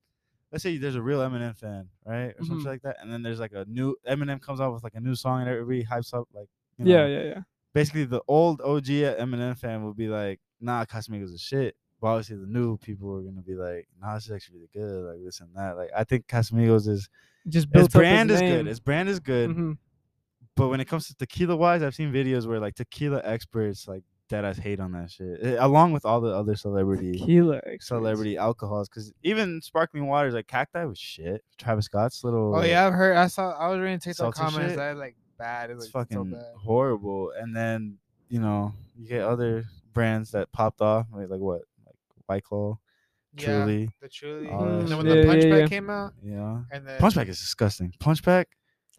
let's say there's a real Eminem fan, right, or Mhm. something like that, and then there's like a new Eminem comes out with like a new song and everybody hypes up like. You know, Yeah, yeah, yeah. basically the old OG Eminem fan will be like, nah, Casamigos is shit. But obviously the new people are gonna be like, nah, this is actually really good, like this and that. Like I think Casamigos is Just his built up brand his is name. good. His brand is good. Mhm. But when it comes to tequila wise, I've seen videos where like tequila experts like dead ass hate on that shit. eh, along with all the other celebrity Tequila experts. celebrity alcohols. Cause even sparkling waters like cacti was shit. Travis Scott's little Oh yeah, I've heard. I saw. I was reading TikTok Salsa comments. shit? That like bad. It it's was fucking so bad. horrible. And then you know you get other brands that popped off, like, like what, like White Claw, Yeah, Truly. the truly. all that and then when shit. the Yeah, punchback yeah, yeah. came out, Yeah, and then Punchback is disgusting. Punchback,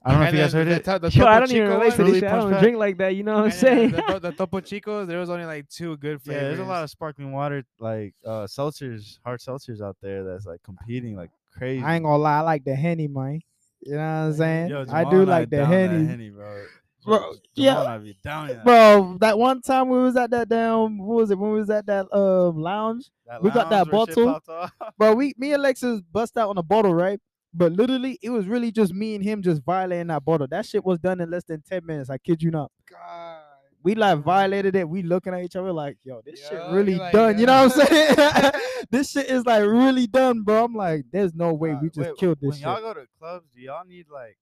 I don't know if And you guys then heard the it. to- the Yo, I Topo don't even relate Chico to one- this really shit. I punch don't back. drink like that. You know what I'm and then saying? the, to- the Topo Chicos, there was only like two good Yeah, flavors. there's a lot of sparkling water like uh seltzers, hard seltzers out there that's like competing like crazy. I ain't gonna lie, I like the henny, man. You know what I'm saying? Yo, I Jamal do and like the down that henny. bro. Bro, Jamal yeah. and I be down that- Bro, that one time we was at that damn what was it? When we was at that um lounge, that we got that lounge where shit bottle. popped off. bro. We me and Lexus bust out on a bottle, right? But literally, it was really just me and him just violating that bottle. That shit was done in less than ten minutes. I kid you not. God. We like violated it. We looking at each other like, yo, this Yo, shit you're really like, done. You know what I'm yeah. saying? this shit is like really done, bro. I'm like, there's no way Uh, we just wait, killed this When y'all shit. go to clubs, do y'all need like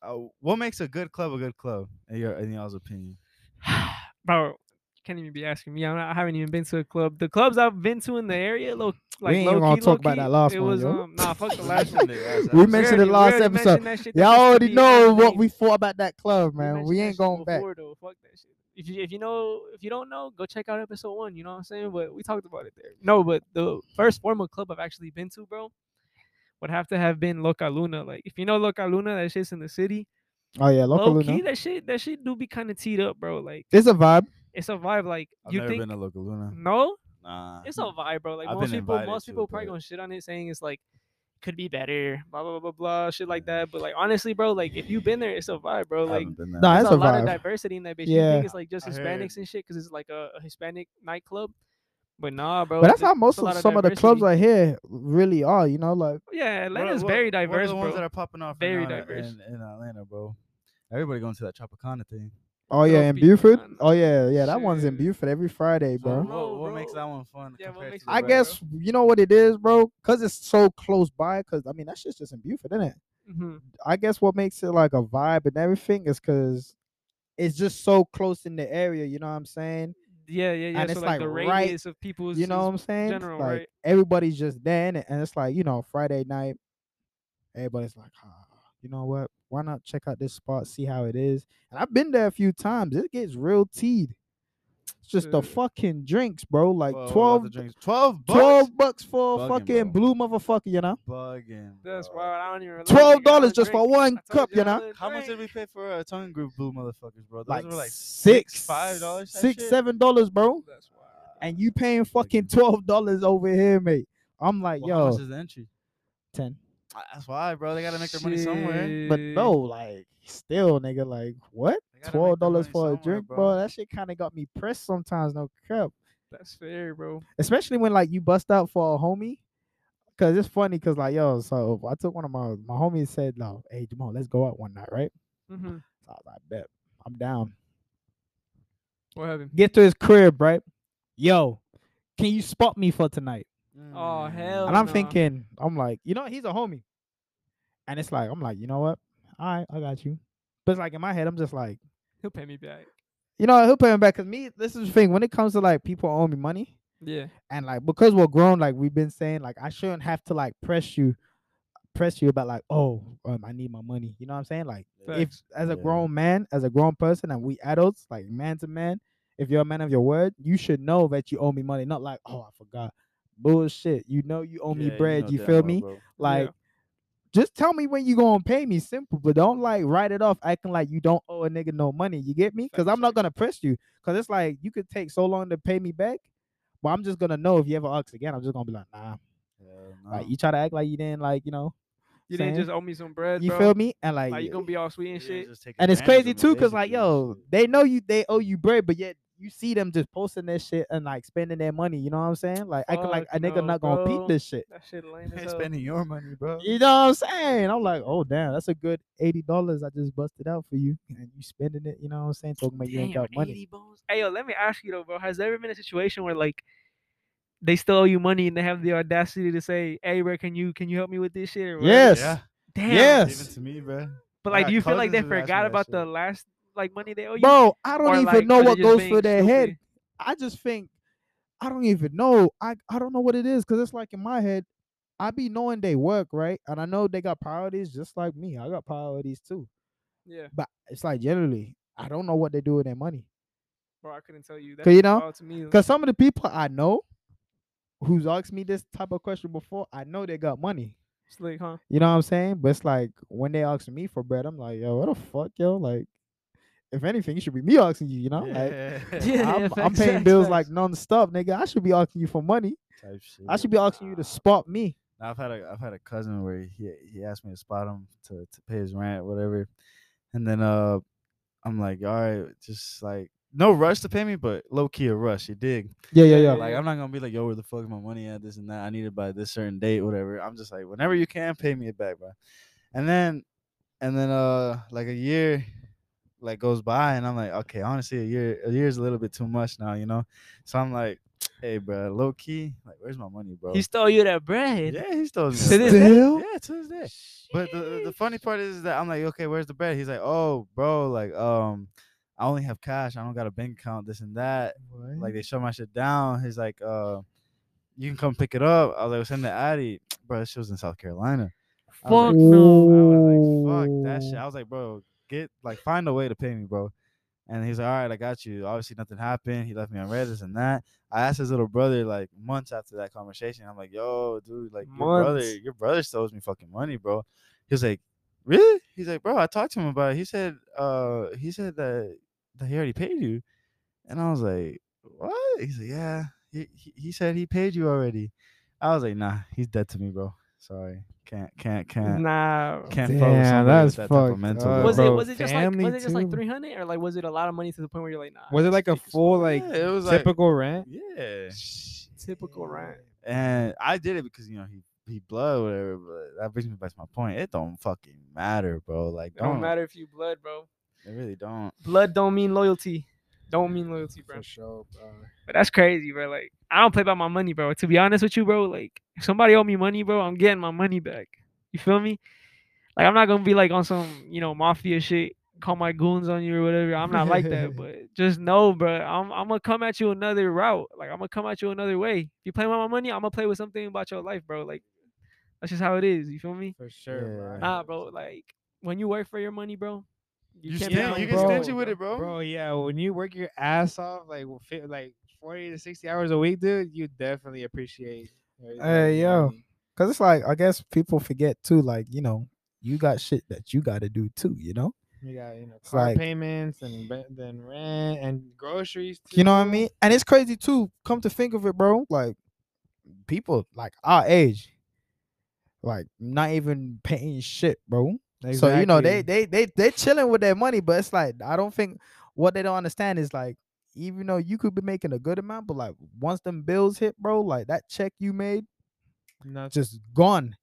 uh, what makes a good club a good club in your in y'all's opinion? Bro, you can't even be asking me. I'm not, I haven't even been to a club. The clubs I've been to in the area, look, like ain't low even gonna key, talk low about that key, last it one, was, yo. Um, nah, fuck the The last last one. one they asked, We I was We like, mentioned already- it we last already episode. mentioned that shit. That Y'all shit should already be know out what late. we thought about that club, We man. mentioned We that ain't shit going back. before, though. Fuck that shit. If you if you know if you don't know, go check out episode one. You know what I'm saying? But we talked about it there. No, but the first formal club I've actually been to, bro, would have to have been Loca Luna. Like if you know Loca Luna, that shit's in the city. Oh yeah, local Low key, Luna. that shit that shit do be kind of teed up, bro. Like It's a vibe. it's a vibe. Like I've you never think been to Local Luna. no, Nah. it's a vibe, bro. Like I've most been people, invited most to it, people probably but- gonna shit on it, saying it's like could be better, blah blah blah blah blah, shit like that. But like honestly, bro, like if you've been there, it's a vibe, bro. I Like haven't been there. Nah, there's it's a, a lot of vibe. diversity in that bitch. You Yeah. think it's like just I Hispanics heard. and shit because it's like a, a Hispanic nightclub, but nah, bro. But that's th- how it's most a lot of some of the clubs diversity. right here really are. You know, like Yeah, What are- Atlanta's what- very what are the diverse, ones bro. that are popping off right Very now in- diverse. in, in Atlanta, bro. Everybody going to that Tropicana thing. oh Little yeah, in Peak Buford. Town. Oh yeah, yeah, that one's in Shit. Buford every Friday, So bro. don't know, what, what makes bro. that one fun? Yeah, what compared makes to it the I Right, rest? bro. guess you know what it is, bro, because it's so close by. Because I mean, that shit's just in Buford, isn't it? Mhm. I guess what makes it like a vibe and everything is because it's just so close in the area. You know what I'm saying? Yeah, yeah, yeah. And so it's, like, like, the right- radius of people's, you know what is- I'm saying? general, like right? everybody's just there, innit? and it's like you know Friday night, everybody's like, ah, you know what? Why not check out this spot, see how it is? And I've been there a few times. It gets real teed. It's just the Uh, fucking drinks, bro. Like Whoa, what about the twelve. drinks? 12 bucks. 12 bucks for a Bugging, fucking blue motherfucker, you know? Bugging. That's bro. wild. I don't even. relate, $12 nigga. I'm a just for drink. one I told cup, you I'm know? a How much did drink. we pay for a tongue group blue motherfuckers, bro? Those Like, were like six, $5, that six, shit? seven dollars, bro. That's wild. And you paying fucking twelve dollars over here, mate. I'm like, Well, how much yo, is the entry? ten. Ah, That's why, bro. They gotta make their money somewhere. But Shit. no, like, still, nigga, like, what? They gotta Twelve make their dollars money for a somewhere, drink, bro. bro. That shit kind of got me pressed sometimes. No cap, that's fair, bro. especially when like you bust out for a homie. Cause it's funny, cause like, yo, so I took one of my my homies said, no, hey Jamal, let's go out one night, right? hmm So I was like, bet, I'm down. What happened? Get to his crib, right? Yo, can you spot me for tonight? Mm. Oh, hell And I'm no. thinking, I'm like, you know, he's a homie. And it's like, I'm like, you know what? All right, I got you. But it's like in my head, I'm just like, He'll pay me back. you know, he'll pay him back. Cause me, this is the thing. When it comes to like people owe me money, Yeah. and like because we're grown, like we've been saying, like I shouldn't have to like press you, press you about like, oh, um, I need my money. You know what I'm saying? Like if Facts. as a Yeah. grown man, as a grown person, and we adults, like man to man, if you're a man of your word, you should know that you owe me money. Not like, oh, I forgot. Bullshit. You know you owe me bread. you feel me? Like, just tell me when you gonna pay me. Simple, but don't like write it off acting like you don't owe a nigga no money. You get me? Because Facts, I'm not facts. gonna press you. Because it's like you could take so long to pay me back, but I'm just gonna know if you ever ask again. I'm just gonna be like, nah. Like you try to act like you didn't like you know. You didn't saying? just owe me some bread, You bro. feel me? And like, Like you gonna be all sweet and shit. and it's crazy too, cause like yo, they know you they owe you bread, but yet you see them just posting that shit and like spending their money. You know what I'm saying? Like acting like a Fuck nigga no, not gonna bro. peep this shit. That shit lame as hell. spending your money, bro. You know what I'm saying? I'm like, oh damn, that's a good eighty dollars I just busted out for you, and you spending it. You know what I'm saying? Talking about you ain't Damn, got money. 80 bones. Hey, yo, let me ask you though, bro. Has there ever been a situation where like they still owe you money and they have the audacity to say, "Hey, bro, can you can you help me with this shit?" Or whatever? Yes. Yeah. Damn. Yes. Even to me, bro. But I like, got do you feel like cousins they who've asked me forgot that about shit. the last like money they owe oh, you? Bro, I don't Or, even like, know are they what just goes being through their head. stupid? I just think I don't even know. I I don't know what it is because it's like in my head, I be knowing they work right, and I know they got priorities just like me. I got priorities too, Yeah, but it's like generally I don't know what they do with their money. bro. I couldn't tell you. That 'Cause, you shit's know, wild to me. Because some of the people I know who's asked me this type of question before, I know they got money. It's like, huh? You know what I'm saying? But it's like when they ask me for bread, I'm like, yo, what the fuck, yo? Like, if anything, it should be me asking you. You know, Yeah, like yeah, I'm, I'm facts, paying facts, bills facts. like nonstop, nigga. I should be asking you for money. Type shit. I should be asking you to spot me. Now, I've had a I've had a cousin where he he asked me to spot him to, to pay his rent, whatever, and then uh I'm like, all right, just like no rush to pay me, but low key a rush. You dig? Yeah, yeah, yeah. yeah. Like I'm not gonna be like, yo, where the fuck is my money at? This and that. I need it by this certain date, whatever. I'm just like, whenever you can, pay me it back, bro. And then and then uh like a year like goes by and I'm like, okay, honestly, a year a year is a little bit too much now, you know. So I'm like, hey, bro, low key, like, where's my money, bro? He stole you that bread. yeah, he stole me. To that this stuff. day? Still? Yeah, to this day. But the, the funny part is that I'm like, okay, where's the bread? He's like, oh, bro, like, um, I only have cash. I don't got a bank account, this and that. Like, they shut my shit down. He's like, uh, you can come pick it up. I was like, send the Addy. Bro, she was in South Carolina. I was Fuck like, no. I was like, fuck that shit. Ooh. I was like, bro, get, like, find a way to pay me, bro. And he's like, all right, I got you. Obviously, nothing happened. He left me on red, this and that. I asked his little brother, like, months after that conversation. I'm like, yo, dude, like, your brother, Months. your brother stole me fucking money, bro. He was like, really? He's like, bro, I talked to him about it. He said, uh, he said that, that he already paid you. And I was like, what? He's like, yeah. He, he, he said he paid you already. I was like, nah, he's dead to me, bro. Sorry. Can't, can't, can't. Nah. bro. Can't fuck with Damn, somebody with that's that type fucked. of mental. up, bro. Was it bro. was it just Family like was it just too. like three hundred or like was it a lot of money to the point where you're like nah? Was it just like a take this one? full like Yeah, it was like- typical rent? Yeah. typical rant? And I did it because you know he he blood whatever, but that brings me back to my point. It don't fucking matter, bro. Like It don't matter if you blood, bro. It really don't. Uh-huh. Blood don't mean loyalty. Don't mean loyalty, bro. sure, bro. But that's crazy, bro. Like I don't play about my money, bro. To be honest with you, bro, like if somebody owe me money, bro, I'm getting my money back. You feel me? Like I'm not gonna be like on some you know mafia shit, call my goons on you or whatever. I'm not like that. But just know, bro, I'm I'm gonna come at you another route. Like I'm gonna come at you another way. If you play with my money, I'm gonna play with something about your life, bro. Like that's just how it is. You feel me? For sure, bro. Yeah. Nah, bro. Like when you work for your money, bro, You can't stingy- become you get broke, stingy with it, bro. Bro, yeah, when you work your ass off, like w- fi- like forty to sixty hours a week, dude, you definitely appreciate. everything, Hey, you know what I yo. mean? Cause it's like I guess people forget too. Like you know, you got shit that you got to do too. You know, You got you know It's car like- payments and ba- then rent and groceries. you know what I too. mean. And it's crazy too. Come to think of it, bro. Like people like our age, like not even paying shit, bro. So you know they Exactly. they they they chilling with their money, but it's like I don't think what they don't understand is like even though you could be making a good amount, but like once them bills hit, bro, like that check you made Not- just gone,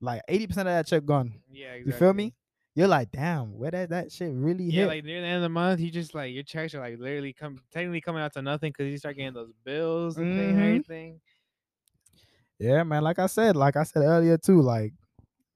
like eighty percent of that check gone. yeah, You exactly. feel me? You're like, damn, where that that shit really Yeah, hit? like near the end of the month, you just like your checks are like literally come technically coming out to nothing because you start getting those bills and thing- Mhm. everything. yeah, man. Like I said, like I said earlier too, like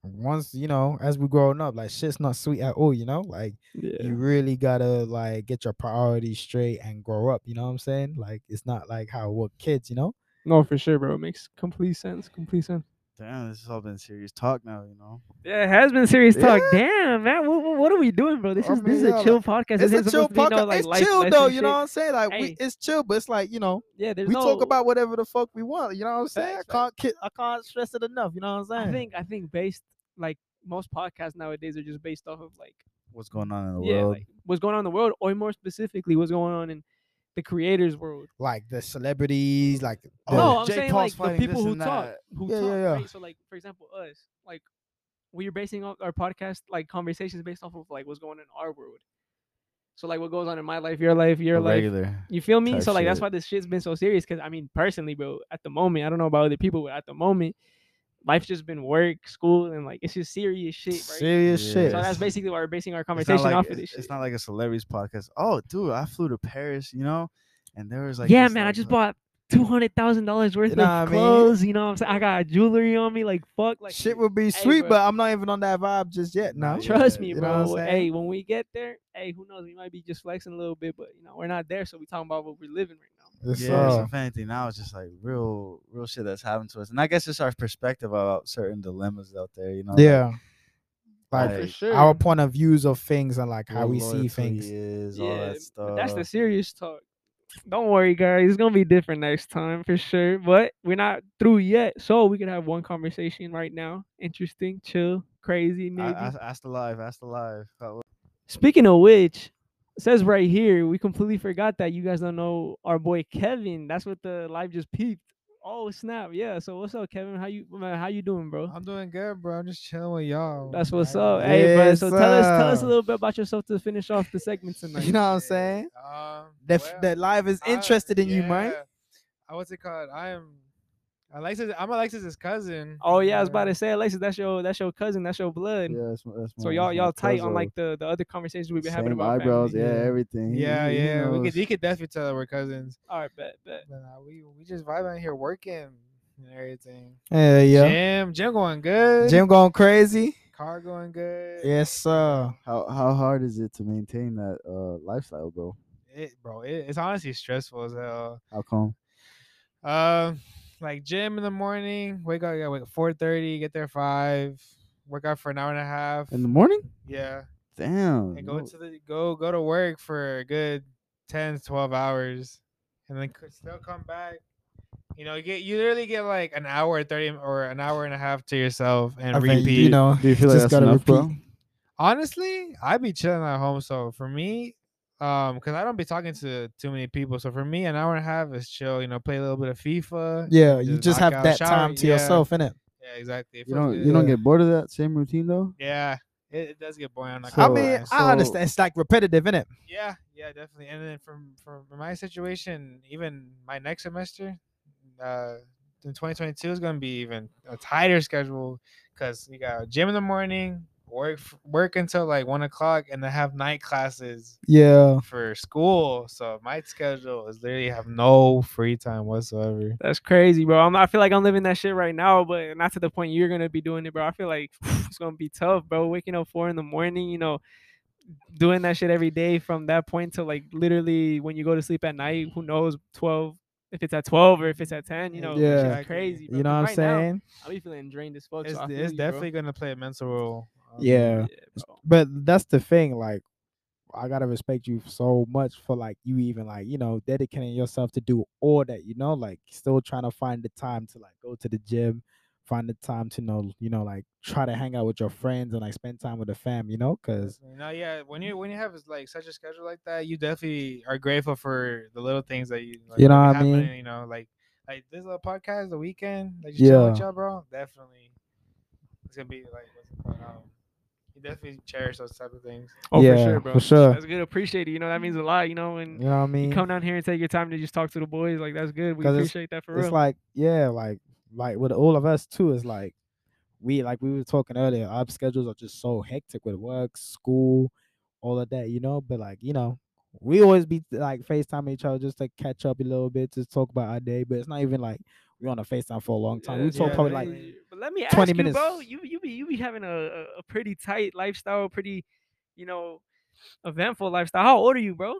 once you know, as we growing up, like shit's not sweet at all. You know, like Yeah. you really gotta like get your priorities straight and grow up. You know what I'm saying? Like it's not like how we're kids. You know. No, for sure, bro. It makes complete sense. Complete sense. Damn, this has all been serious talk now, you know. Yeah, it has been serious talk. Yeah. Damn, man, what, what, what are we doing, bro? This I is this is mean, yeah, a chill podcast. This It's isn't a chill supposed to be no, podcast. like, it's life chill lesson though, you know shit. what I'm saying? Like Hey. we, it's chill, but it's like you know Yeah, there's we talk no- about whatever the fuck we want. You know what I'm saying? Facts, I can't ki- I can't stress it enough. You know what I'm I saying? think I think based like most podcasts nowadays are just based off of like What's going on in the yeah, world? like what's going on in the world, or more specifically, what's going on in the creators' world. like the celebrities, like Oh, no, I'm Jake saying like Paul's the fighting people this who and talk, that. who Yeah, talk. yeah, yeah. Right? So like for example, us like we're basing off our podcast like conversations based off of like what's going on in our world. So like what goes on in my life, your life, your A life, regular. You feel me? type So like that's shit. why this shit's been so serious. Cause I mean, personally, bro, at the moment, I don't know about other people, but at the moment, life's just been work, school, and like it's just serious shit, right? serious Yeah. shit. So that's Yes. basically why we're basing our It's conversation not, like, off of this it's, shit. it's not like a celebrities podcast. Oh, dude, I flew to Paris, you know, and there was like yeah, this, man, I like, just uh, bought two hundred thousand dollars worth know what I of mean? clothes. You know what I'm saying? I got jewelry on me, like fuck, like shit would be hey, sweet, bro. but I'm not even on that vibe just yet. Nah, No, Trust Yeah, me, you know what I'm bro. saying? Hey, when we get there, hey, who knows? We might be just flexing a little bit, but you know, we're not there, so we talking about what we're living right now. Yes, Yeah, so uh, sir. if anything, now it's just like real, real shit that's happened to us, and I guess it's our perspective about certain dilemmas out there, you know. like, yeah. Like For sure. our point of views of things and like how what we see loyalty things. is, all that Uh. but that's the stuff. serious talk. Don't worry, guys. It's gonna be different next time for sure. But we're not through yet, so we could have one conversation right now. Interesting, chill, crazy, maybe. Ask, ask the live. Ask the live. How- Speaking of which, it says right here, we completely forgot that you guys don't know our boy Kevin. That's what the live just peeped. Oh snap! Yeah. So what's up, Kevin? How you man, how you doing, bro? I'm doing good, bro. I'm just chilling with y'all. That's what's Like, up. Hey, bro. Yes, So tell us tell us a sir. little bit about yourself to finish off the segment tonight. You know what I'm saying? Um, That well, that live is I- interested in you, man. yeah. I what's it called? I am Alexis. I'm Alexis's cousin. Oh yeah, I was Yeah. about to say, Alexis, that's your that's your cousin, that's your blood. Yeah, that's my, that's So my- y'all that's my y'all tight cousin. on like the the other conversations we've been having Same about eyebrows. Family. Yeah, yeah. everything. He- Yeah, he yeah. We knows. could, you could definitely tell that we're cousins. All right, bet bet. But, uh, we we just vibing out here working and everything. Yeah, yeah. Jim, Jim going good. Jim going crazy. car going good. Yes, sir. How how hard is it to maintain that uh lifestyle, bro? It, bro, it, it's honestly stressful as hell. How come? Um, like gym in the morning, wake up, yeah, wake up four thirty, get there five, work out for an hour and a half. In the morning? yeah, Damn. and no- go to the go go to work for a good 10 12 hours and then c- still come back you know you get you literally get like an hour 30 m- or an hour and a half to yourself and I mean, repeat you know, Do you feel like just that's gotta enough, bro? honestly i'd be chilling at home so for me um because i don't be talking to too many people so for me an hour and a half is chill you know play a little bit of fifa yeah, you just just knock have out, that shower, time to yeah. yourself, innit? yeah exactly it You feels don't you don't good. get bored of that same routine though? yeah it, it does get boring I'm not I gonna So- mean, lie. I understand. It's like repetitive, innit? Yeah, yeah, definitely. And then from from from my situation, even my next semester, uh, in 2022 is gonna be even a tighter schedule because you got gym in the morning, work f- work until like one o'clock, and then have night classes Yeah. for school. So my schedule is literally have no free time whatsoever. That's crazy, bro. I'm, I feel like I'm living that shit right now, but not to the point you're gonna be doing it, bro. I feel like it's gonna be tough, bro. Waking up four in the morning, you know, doing that shit every day from that point to like literally when you go to sleep at night. Who knows, twelve if it's at twelve or if it's at ten, you know? Yeah, Yeah. crazy. Bro. You know 'cause what I'm right now, saying? I be feeling drained as fuck. It's, so I feel it's you, bro. definitely gonna play a mental role. um, Yeah. Yeah, bro. but that's the thing like i gotta respect you so much for like you even like you know dedicating yourself to do all that you know like still trying to find the time to like go to the gym find the time to know you know like try to hang out with your friends and like spend time with the fam you know because Definitely. No, yeah. When you when you have like such a schedule like that, you definitely are grateful for the little things that you like, You know that what I mean? happening, You know, like like this little podcast, the weekend, like just chilling with Yeah. y'all, bro. Definitely, it's gonna be like what's it called? Um, you definitely cherish those type of things. Oh, yeah for sure, bro. for sure That's good. Appreciate it. You know that means a lot. You know, and you know what i you mean come down here and take your time to just talk to the boys. Like that's good. We 'Cause it's- appreciate that for it's real. like yeah like like with all of us too it's like we like we were talking earlier our schedules are just so hectic with work school all of that you know but like you know we always be like FaceTime each other just to catch up a little bit to talk about our day but it's not even like we on a FaceTime for a long time we Yeah, talk yeah, probably like definitely. But let me ask 20 you, minutes. bro. You you be you be having a, a a pretty tight lifestyle, pretty, you know, eventful lifestyle. How old are you, bro?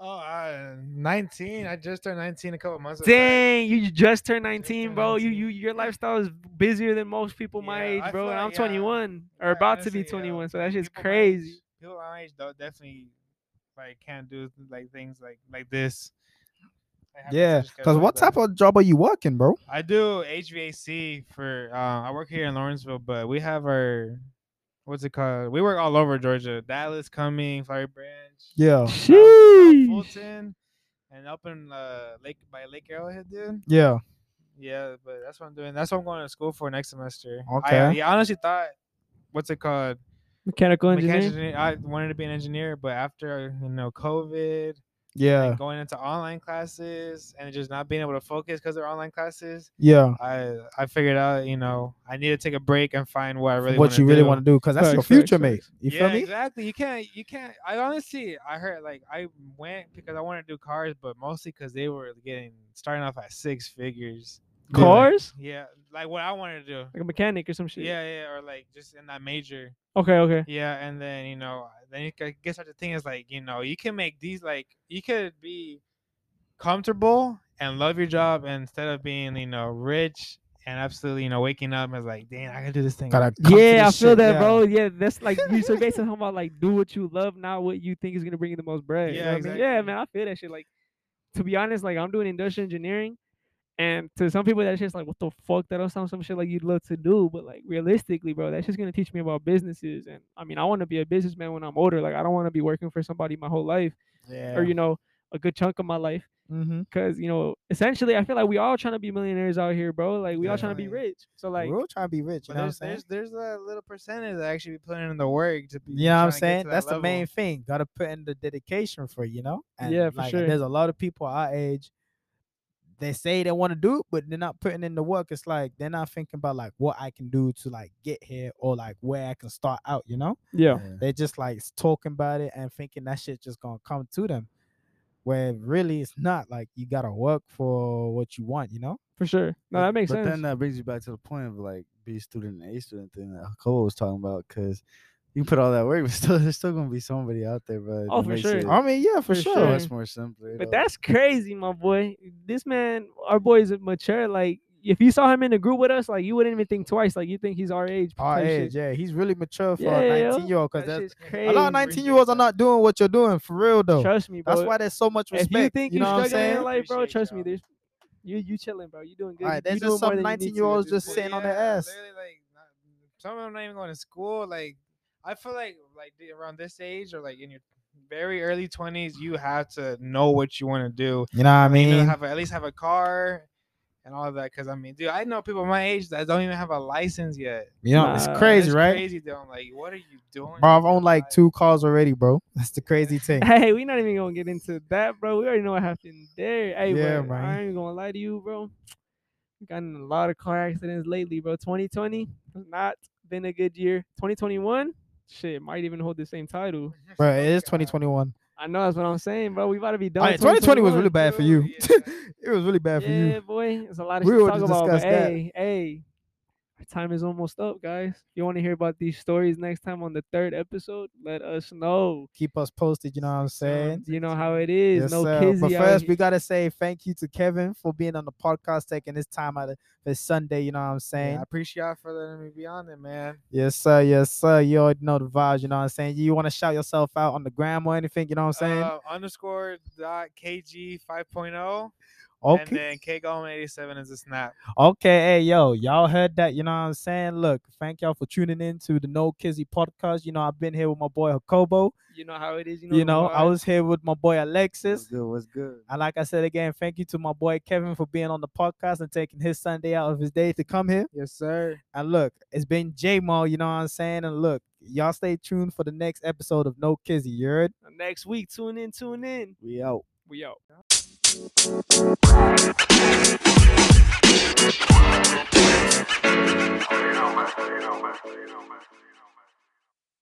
Oh, uh, 19. I just turned 19 a couple months ago. Dang, you you just turned 19, turned bro. You 19. you your lifestyle is busier than most people my Yeah, age, I bro. feel And I'm like, yeah, 21 or Yeah, about to be honestly, yeah. 21, so that shit's uh, People my crazy. age- people my age though definitely like can't do like things like like this. Like, having yeah such a because schedule what like that. type of job are you working bro I do HVAC for. Uh, I work here in Lawrenceville, but we have our what's it called? We work all over Georgia: Dallas, Cumming, Flowery Branch, Oh, yeah uh, South Sheesh. Fulton, and up in uh, Lake by Lake Arrowhead, dude. yeah Yeah, but that's what I'm doing. That's what I'm going to school for next semester. I, Okay. yeah, I honestly thought, what's it called? Mechanical Mechanical engineer. engineer- I wanted to be an engineer, but after you know COVID, yeah like, going into online classes and just not being able to focus because they're online classes. yeah I I figured out, you know, I need to take a break and find what I really what wanna you really do. want to do because that's your Facts, facts, future mate facts. you yeah, feel me exactly. You can't you can't. I honestly I heard like I went because I wanted to do cars, but mostly because they were getting starting off at six figures. Yeah, like- Cars? Yeah, like what I wanted to do. Like a mechanic or some shit. Yeah, yeah, or like just in that major. Okay, okay. Yeah, and then you know, then you ca- guess what the thing is like, you know, you can make these like you could be comfortable and love your job instead of being, you know, rich and absolutely, you know, waking up and was like, dang, I can do this thing. Gotta come to Yeah, I this feel shit, that, yeah. bro. Yeah, that's like you. So basically, talking about like do what you love, not what you think is gonna bring you the most bread. you Yeah, know what I mean? Yeah, exactly. man, I feel that shit. Like, to be honest, like I'm doing industrial engineering, and to some people that's just like, what the fuck? That all sounds some shit like you'd love to do, but like realistically, bro, that's just gonna teach me about businesses. And I mean, I want to be a businessman when I'm older. Like, I don't want to be working for somebody my whole life, Yeah. or you know, a good chunk of my life. mm-hmm. Cause you know, essentially, I feel like we all trying to be millionaires out here, bro. Like we all trying to be Definitely. rich. So like, we're all trying to be rich. You But know what I'm there's, saying? there's there's a little percentage that actually be putting in the work to be. You know what I'm trying to get saying? to that That's the level. main thing. Gotta put in the dedication for it, you know. Yeah, for like, sure. There's a lot of people our age. They say they want to do, it, but they're not putting in the work. It's like they're not thinking about like what I can do to like get here or like where I can start out. You know, yeah, they're just like s- talking about it and thinking that shit just gonna come to them, where really it's not. Like you gotta work for what you want. You know. for sure. No, But- that makes but sense. then that brings you back to the point of like B student and A student thing that Kobo was talking about because you can put all that work, but still there's still gonna be somebody out there, bro. Oh, for sure. I mean, yeah, for, For sure. sure. Much more simpler. But uh, though. that's crazy, my boy. This man, our boy is mature. Like, if you saw him in the group with us, like, you wouldn't even think twice. Like, you think he's our age. Our type shit. age, yeah, he's really mature for Yeah, a yo. 19 year old because That that's shit's A lot of crazy. 19 year olds are not doing what you're doing for real though. Trust me, bro. That's why there's so much if respect. you think know what are I'm struggling in saying? life, bro, Appreciate trust me. y'all. There's you, you chilling, bro. You doing good. Alright, You- there's you just doing more some than you need to 19-year-olds at this point. just sitting on their ass. literally, like, not- some of them not even going to school. Like, I feel like like the- around this age or like in your very early twenties, you have to know what you want to do. You know what I You know, mean? have a, at least have a car and all that. Because I mean, dude, I know people my age that don't even have a license yet. You know, it's Nah, crazy, It's right? Crazy though. I'm like, what are you doing? Bro, I've with your owned like life? two cars already, bro. That's the crazy thing. Hey, we're not even gonna get into that, bro. We already know what happened there. Hey, Yeah, yeah, man. I ain't even gonna lie to you, bro. We gotten in a lot of car accidents lately, bro. 2020 has not been a good year. 2021, shit, might even hold the same title. Bro, it is God. 2021. I know that's what I'm saying, bro. We about to be done. All right, 2020 was really bad for you. Dude, yeah. it was really bad for Yeah, you. boy, it's a lot of We shit to will talk just about. But discuss that. hey, hey, our time is almost up, guys. If you want to hear about these stories next time on the third episode, let us know. Keep us posted, you know what I'm saying? You know how it is. Yes, no sir. kizzy But out first, here. we gotta say thank you to Kevin for being on the podcast, taking his time out of his Sunday. You know what I'm saying? Yeah, I appreciate y'all for letting me be on it, man. Yes, sir. Yes, sir. You already know the vibes. You know what I'm saying? You want to shout yourself out on the gram or anything? You know what I'm saying? Uh, underscore dot kg 5.0 okay. oh, and then k Gallman 87 is a snap. Okay, hey yo, y'all heard that? You know what I'm saying? Look, thank y'all for tuning in to the No Kizzy podcast. You know, I've been here with my boy Jacobo. You know how it is. You know, You the know, I vibes. was here with my boy what's Alexis. good. What's good? And like I said again, thank you to my boy Kevin for being on the podcast and taking his Sunday out of his day to come here. Yes, sir. And look, it's been J Mo, you know what I'm saying? And look, y'all stay tuned for the next episode of No Kizzy. You heard? Next week, tune in, tune in. We out. We out.